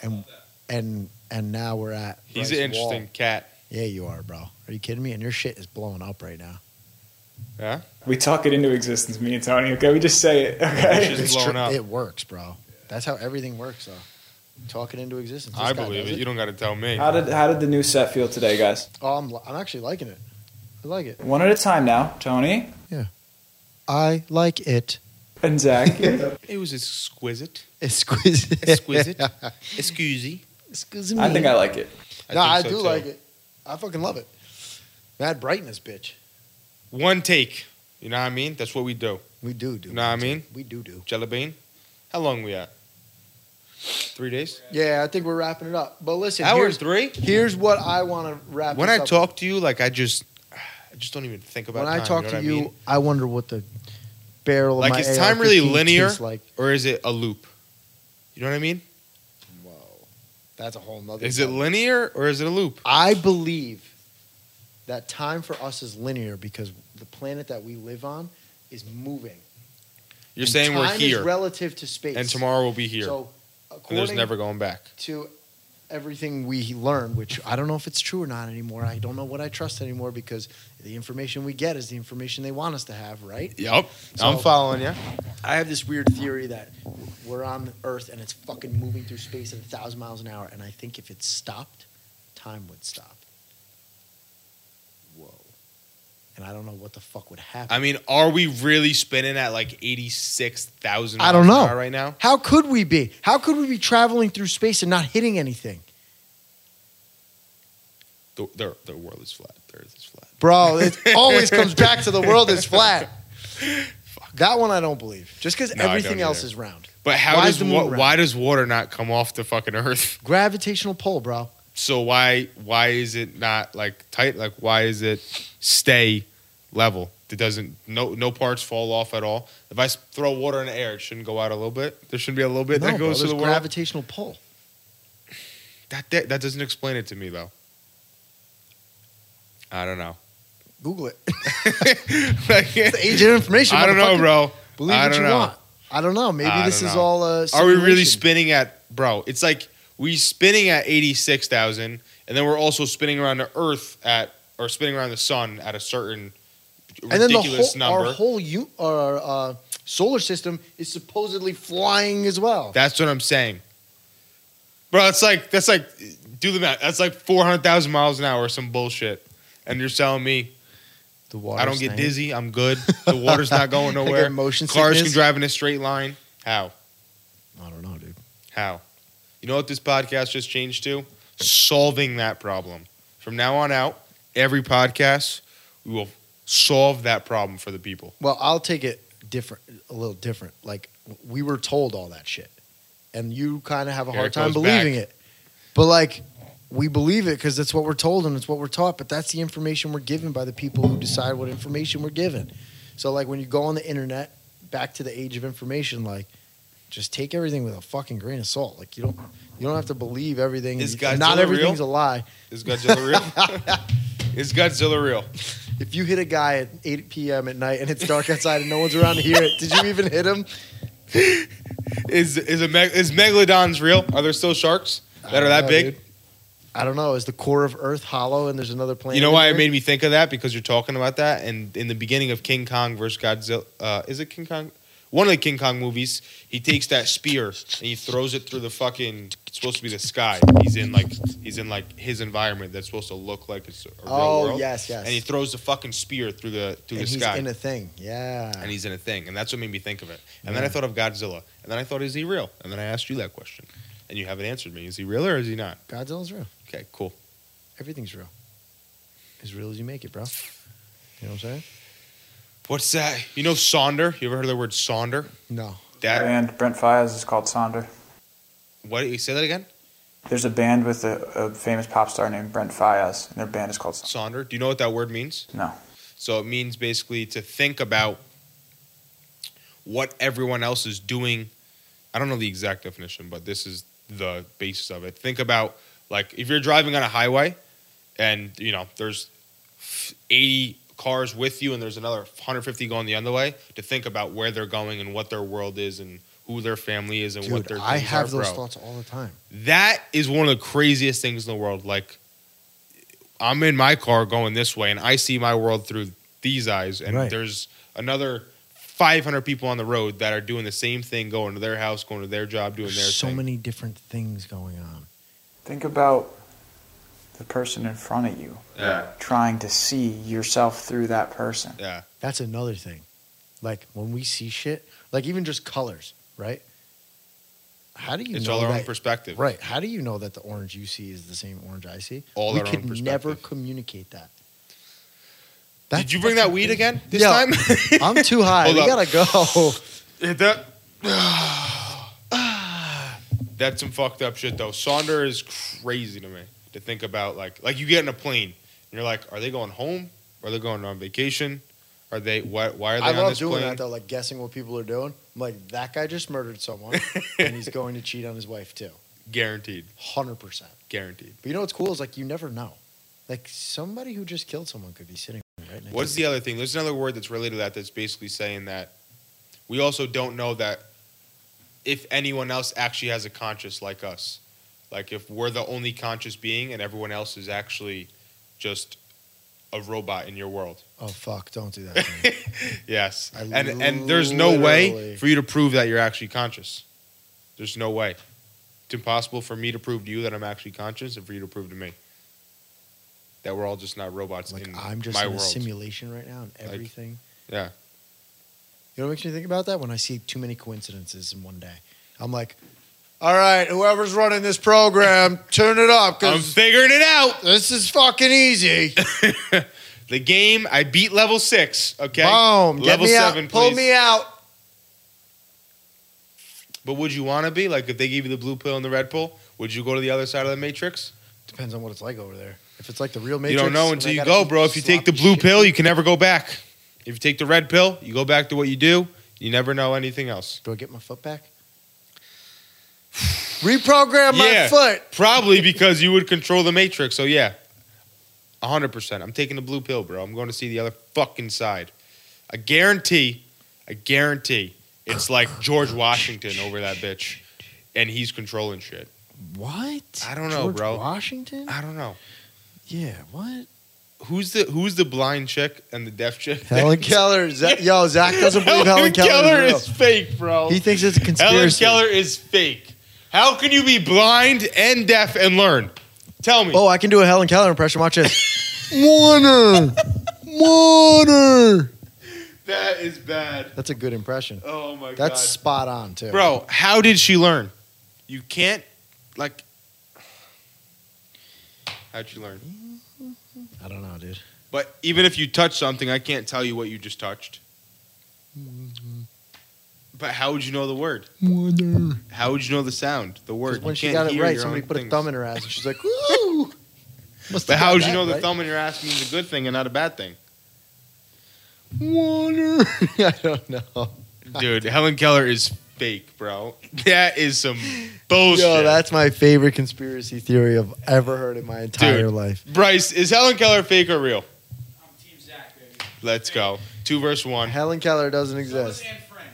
Speaker 1: and and and now we're at.
Speaker 2: He's
Speaker 1: Bryce
Speaker 2: an interesting
Speaker 1: Wall.
Speaker 2: cat.
Speaker 1: Yeah, you are, bro. Are you kidding me? And your shit is blowing up right now.
Speaker 2: Yeah.
Speaker 3: We talk it into existence, me and Tony. Okay, we just say it.
Speaker 2: It's
Speaker 3: Okay.
Speaker 2: just blowing up.
Speaker 1: It works, bro. That's how everything works, though. talking into existence. This
Speaker 2: I
Speaker 1: guy
Speaker 2: believe
Speaker 1: does
Speaker 2: it. You don't got to tell me.
Speaker 3: How did how did the new set feel today, guys?
Speaker 1: Oh, I'm, li- I'm actually liking it. I like it.
Speaker 3: One at a time now, Tony
Speaker 1: I like it.
Speaker 3: and Zach.
Speaker 2: It was exquisite.
Speaker 1: Exquisite.
Speaker 2: Exquisite. Excusey.
Speaker 1: Excuse me.
Speaker 3: I think I like it.
Speaker 1: No, I do like it. I fucking love it. Mad brightness, bitch.
Speaker 2: One take. You know what I mean? That's what we do.
Speaker 1: We do do.
Speaker 2: You know what I mean?
Speaker 1: We do do.
Speaker 2: Jelly bean. How long we at? Three days.
Speaker 1: Yeah, I think we're wrapping it up. But listen,
Speaker 2: Hour
Speaker 1: here's,
Speaker 2: three.
Speaker 1: here's what I want to wrap.
Speaker 2: When
Speaker 1: this
Speaker 2: I
Speaker 1: up.
Speaker 2: talk to you, like I just, I just don't even think about.
Speaker 1: when I
Speaker 2: time,
Speaker 1: talk
Speaker 2: know
Speaker 1: to
Speaker 2: what
Speaker 1: you,
Speaker 2: mean?
Speaker 1: I wonder what the barrel.
Speaker 2: Like,
Speaker 1: of my
Speaker 2: is time really
Speaker 1: AR-15
Speaker 2: linear?
Speaker 1: tastes Like,
Speaker 2: or is it a loop? You know what I mean?
Speaker 1: whoa, that's a whole nother.
Speaker 2: Is it
Speaker 1: level.
Speaker 2: linear or is it a loop?
Speaker 1: I believe that time for us is linear because the planet that we live on is moving.
Speaker 2: You're
Speaker 1: And
Speaker 2: saying we're
Speaker 1: time is
Speaker 2: here,
Speaker 1: relative to space,
Speaker 2: and tomorrow we'll be here,
Speaker 1: So,
Speaker 2: and there's
Speaker 1: according
Speaker 2: never going back.
Speaker 1: to everything we learned, which I don't know if it's true or not anymore. I don't know what I trust anymore because the information we get is the information they want us to have, right?
Speaker 2: Yep,
Speaker 1: So-
Speaker 2: I'm following you.
Speaker 1: I have this weird theory that we're on Earth and it's fucking moving through space at a thousand miles an hour, and I think if it stopped, time would stop. Whoa. And I don't know what the fuck would happen.
Speaker 2: I mean, are we really spinning at like eighty-six thousand?
Speaker 1: I don't know.
Speaker 2: right now.
Speaker 1: How could we be? How could we be traveling through space and not hitting anything?
Speaker 2: The, the, the world is flat. The earth is flat.
Speaker 1: Bro, it always comes back to the world is flat. That one I don't believe. Just because
Speaker 2: No, I don't
Speaker 1: everything else
Speaker 2: either.
Speaker 1: is round.
Speaker 2: But how
Speaker 1: Why is
Speaker 2: does
Speaker 1: the moon
Speaker 2: wa-
Speaker 1: round?
Speaker 2: why does water not come off the fucking earth?
Speaker 1: Gravitational pull, bro.
Speaker 2: So why why is it not like tight? Like why is it stay level? It doesn't no no parts fall off at all. If I s- throw water in the air, it shouldn't go out a little bit. There shouldn't be a little bit
Speaker 1: no,
Speaker 2: that
Speaker 1: bro,
Speaker 2: goes to
Speaker 1: there's
Speaker 2: the world.
Speaker 1: gravitational pull.
Speaker 2: that, that that doesn't explain it to me though. I don't know.
Speaker 1: Google it.
Speaker 2: Like,
Speaker 1: It's the age of information.
Speaker 2: I don't know,
Speaker 1: motherfucker.
Speaker 2: bro.
Speaker 1: Believe
Speaker 2: I
Speaker 1: what
Speaker 2: don't
Speaker 1: you
Speaker 2: know.
Speaker 1: want. I don't know. Maybe
Speaker 2: I
Speaker 1: this
Speaker 2: don't
Speaker 1: is
Speaker 2: know.
Speaker 1: all a.
Speaker 2: Are we really
Speaker 1: simulation.
Speaker 2: spinning at bro? It's like we spinning at eighty six thousand, and then we're also spinning around the Earth at or spinning around the sun at a certain
Speaker 1: And then the whole,
Speaker 2: ridiculous number.
Speaker 1: our whole u- our, uh, solar system is supposedly flying as well.
Speaker 2: That's what I'm saying, bro. It's like that's like do the math. That's like four hundred thousand miles an hour or some bullshit. And you're telling me
Speaker 1: the water.
Speaker 2: I don't get dizzy. I'm good. The water's not going
Speaker 1: I get
Speaker 2: nowhere.
Speaker 1: motion
Speaker 2: Cars can
Speaker 1: sickness.
Speaker 2: drive in a straight line. How?
Speaker 1: I don't know, dude.
Speaker 2: How? You know what this podcast just changed to? Solving that problem. From now on out, every podcast, we will solve that problem for the people.
Speaker 1: Well, I'll take it different, a little different. Like we were told all that shit, and you kind of have a
Speaker 2: Here
Speaker 1: hard
Speaker 2: it
Speaker 1: time
Speaker 2: goes
Speaker 1: believing
Speaker 2: back.
Speaker 1: it. But like we believe it because that's what we're told and it's what we're taught. But that's the information we're given by the people who decide what information we're given. So like when you go on the internet, back to the age of information, like just take everything with a fucking grain of salt. Like you don't you don't have to believe everything.
Speaker 2: Is
Speaker 1: And Not
Speaker 2: Godzilla
Speaker 1: everything's
Speaker 2: real?
Speaker 1: a lie.
Speaker 2: Is Godzilla real? Is Godzilla real?
Speaker 1: If you hit a guy at 8 p.m. at night and it's dark outside and no one's around to hear it, did you even hit him?
Speaker 2: Is is a meg- is megalodons real? Are there still sharks that are that
Speaker 1: Yeah,
Speaker 2: big?
Speaker 1: dude. I don't know. Is the core of Earth hollow and there's another planet?
Speaker 2: You know why
Speaker 1: in
Speaker 2: it
Speaker 1: there?
Speaker 2: made me think of that? Because you're talking about that, and in the beginning of King Kong versus Godzilla, uh, is it King Kong? One of the King Kong movies, he takes that spear and he throws it through the fucking. It's supposed to be the sky. He's in like he's in like his environment that's supposed to look like it's a real
Speaker 1: Oh
Speaker 2: world.
Speaker 1: yes, yes.
Speaker 2: And he throws the fucking spear through the through
Speaker 1: And
Speaker 2: the
Speaker 1: he's
Speaker 2: sky,
Speaker 1: in a thing. Yeah.
Speaker 2: and he's in a thing, and that's what made me think of it. And then I thought of Godzilla, and then I thought, is he real? And then I asked you that question, and you haven't answered me. Is he real or is he not?
Speaker 1: Godzilla's real.
Speaker 2: Okay, cool.
Speaker 1: Everything's real. As real as you make it, bro. You know what I'm saying?
Speaker 2: What's that? You know Sonder? You ever heard of the word Sonder?
Speaker 1: No.
Speaker 2: That
Speaker 3: And Brent Fires is called Sonder.
Speaker 2: What you say that again?
Speaker 3: There's a band with a, a famous pop star named Brent Fires, and their band is called Sonder.
Speaker 2: Sonder. Do you know what that word means?
Speaker 3: No.
Speaker 2: So it means basically to think about what everyone else is doing. I don't know the exact definition, but this is the basis of it. Think about like if you're driving on a highway and you know there's 80 cars with you and there's another 150 going the other way, to think about where they're going and what their world is and who their family is and what
Speaker 1: Dude,
Speaker 2: their
Speaker 1: I
Speaker 2: things
Speaker 1: have
Speaker 2: are,
Speaker 1: those
Speaker 2: bro.
Speaker 1: thoughts all the time.
Speaker 2: that is one of the craziest things in the world. Like, I'm in my car going this way, and I see my world through these eyes, and
Speaker 1: Right.
Speaker 2: there's another 500 people on the road that are doing the same thing, going to their house, going to their job, doing their
Speaker 1: so
Speaker 2: thing.
Speaker 1: many different things going on.
Speaker 4: Think about the person in front of you
Speaker 2: Yeah.
Speaker 4: trying to see yourself through that person.
Speaker 2: Yeah.
Speaker 1: That's another thing. Like when we see shit, like even just colors, right? How do you
Speaker 2: It's
Speaker 1: know
Speaker 2: all our own
Speaker 1: that,
Speaker 2: perspective.
Speaker 1: Right. How do you know that the orange you see is the same orange I see?
Speaker 2: All
Speaker 1: we
Speaker 2: our own
Speaker 1: could never
Speaker 2: perspective.
Speaker 1: communicate that.
Speaker 2: Did you bring that weed again this
Speaker 1: Yo.
Speaker 2: time?
Speaker 1: I'm too high.
Speaker 2: Hold
Speaker 1: we
Speaker 2: up.
Speaker 1: gotta go.
Speaker 2: Hit that. That's some fucked up shit though. Saunder is crazy to me to think about. Like, like you get in a plane and you're like, are they going home? Are they going on vacation? Are they? Why, why are they
Speaker 1: I
Speaker 2: on
Speaker 1: love
Speaker 2: this
Speaker 1: doing
Speaker 2: plane?
Speaker 1: that though, like guessing what people are doing. I'm like, that guy just murdered someone, and he's going to cheat on his wife too.
Speaker 2: Guaranteed,
Speaker 1: Hundred percent.
Speaker 2: guaranteed.
Speaker 1: But you know what's cool is like you never know. Like somebody who just killed someone could be sitting right next.
Speaker 2: What's
Speaker 1: to
Speaker 2: the other thing? There's another word that's related to that. That's basically saying that we also don't know that if anyone else actually has a conscience like us, like if we're the only conscious being and everyone else is actually just a robot in your world.
Speaker 1: Oh fuck! Don't do that. to me.
Speaker 2: Yes,
Speaker 1: I
Speaker 2: and and there's no way
Speaker 1: literally-
Speaker 2: for you to prove that you're actually conscious. There's no way. It's impossible for me to prove to you that I'm actually conscious, and for you to prove to me that we're all just not robots
Speaker 1: like
Speaker 2: in
Speaker 1: I'm just
Speaker 2: my
Speaker 1: in a
Speaker 2: world.
Speaker 1: simulation right now, and everything.
Speaker 2: yeah.
Speaker 1: You know what makes me think about that when I see too many coincidences in one day. I'm like, all right, whoever's running this program, turn it up
Speaker 2: I'm
Speaker 1: because
Speaker 2: figuring it out.
Speaker 1: this is fucking easy.
Speaker 2: The game. I beat level six. Okay.
Speaker 1: Boom! Get
Speaker 2: Level
Speaker 1: me out.
Speaker 2: seven,
Speaker 1: Pull
Speaker 2: please.
Speaker 1: me out.
Speaker 2: But would you want to be like if they gave you the blue pill and the red pill? Would you go to the other side of the matrix?
Speaker 1: Depends on what it's like over there. If it's like the real
Speaker 2: You
Speaker 1: Matrix,
Speaker 2: don't know
Speaker 1: and
Speaker 2: until
Speaker 1: I
Speaker 2: you
Speaker 1: gotta
Speaker 2: go,
Speaker 1: eat
Speaker 2: bro. If you take the
Speaker 1: sloppy
Speaker 2: blue
Speaker 1: shit-
Speaker 2: pill, you can never go back. If you take the red pill, you go back to what you do. You never know anything else.
Speaker 1: do I get my foot back? Reprogram
Speaker 2: Yeah.
Speaker 1: my foot.
Speaker 2: Probably because you would control the matrix. So yeah, hundred percent. I'm taking the blue pill, bro. I'm going to see the other fucking side. I guarantee. I guarantee. It's like George Washington over that bitch, and he's controlling shit.
Speaker 1: What?
Speaker 2: I don't know,
Speaker 1: George
Speaker 2: bro.
Speaker 1: Washington?
Speaker 2: I don't know.
Speaker 1: Yeah. What?
Speaker 2: Who's the Who's the blind chick and the deaf chick?
Speaker 1: Helen Keller. Zach, yo, Zach doesn't believe Helen
Speaker 2: Helen
Speaker 1: Keller,
Speaker 2: Keller
Speaker 1: is,
Speaker 2: is fake, bro.
Speaker 1: real. He thinks it's a
Speaker 2: Helen
Speaker 1: conspiracy.
Speaker 2: Keller is fake. How can you be blind and deaf and learn? Tell me.
Speaker 1: Oh, I can do a Helen Keller impression. Watch this. Warner. Warner.
Speaker 2: That is bad.
Speaker 1: That's a good impression.
Speaker 2: Oh my
Speaker 1: That's spot on too.
Speaker 2: god. Bro, how did she learn? You can't like How'd she learn?
Speaker 1: I don't know, dude.
Speaker 2: But even if you touch something, I can't tell you what you just touched. But how would you know the word?
Speaker 1: Warner.
Speaker 2: How would you know the sound? The word.
Speaker 1: When
Speaker 2: You
Speaker 1: she
Speaker 2: can't
Speaker 1: got it
Speaker 2: hear
Speaker 1: right,
Speaker 2: your
Speaker 1: somebody
Speaker 2: own
Speaker 1: put a
Speaker 2: things.
Speaker 1: thumb in her ass, and she's like, "Woo!" Must
Speaker 2: But
Speaker 1: have
Speaker 2: how
Speaker 1: got
Speaker 2: would you
Speaker 1: that
Speaker 2: know the
Speaker 1: right.
Speaker 2: thumb in your ass means a good thing and not a bad thing?
Speaker 1: Warner. I don't know.
Speaker 2: Dude, Helen Keller is fake, bro. That is some bullshit.
Speaker 1: Yo, that's my favorite conspiracy theory I've ever heard in my entire life.
Speaker 2: Bryce, is Helen Keller fake or real?
Speaker 5: I'm Team Zach, baby.
Speaker 2: Let's go. Two verse one.
Speaker 1: Helen Keller doesn't
Speaker 5: So was
Speaker 1: exist.
Speaker 5: Anne Frank.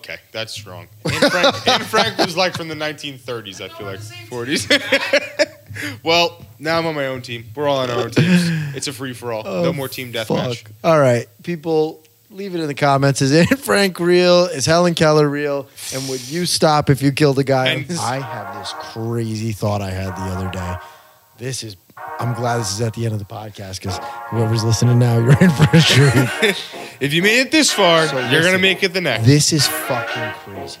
Speaker 2: Okay, that's strong. Anne Frank, Anne Frank was like from the 1930s, I feel like. 40s. well, now I'm on my own team. We're all on our own teams. It's a free for all. no
Speaker 1: Oh,
Speaker 2: more team
Speaker 1: Fuck.
Speaker 2: deathmatch.
Speaker 1: All right, people, leave it in the comments. Is Anne Frank real? Is Helen Keller real? And would you stop if you killed a guy?
Speaker 2: And-
Speaker 1: I have this crazy thought I had the other day. This is. I'm glad this is at the end of the podcast because whoever's listening now, you're in for a treat.
Speaker 2: If you made it this far,
Speaker 1: So
Speaker 2: you're going to
Speaker 1: listen.
Speaker 2: make it the next.
Speaker 1: This is fucking crazy.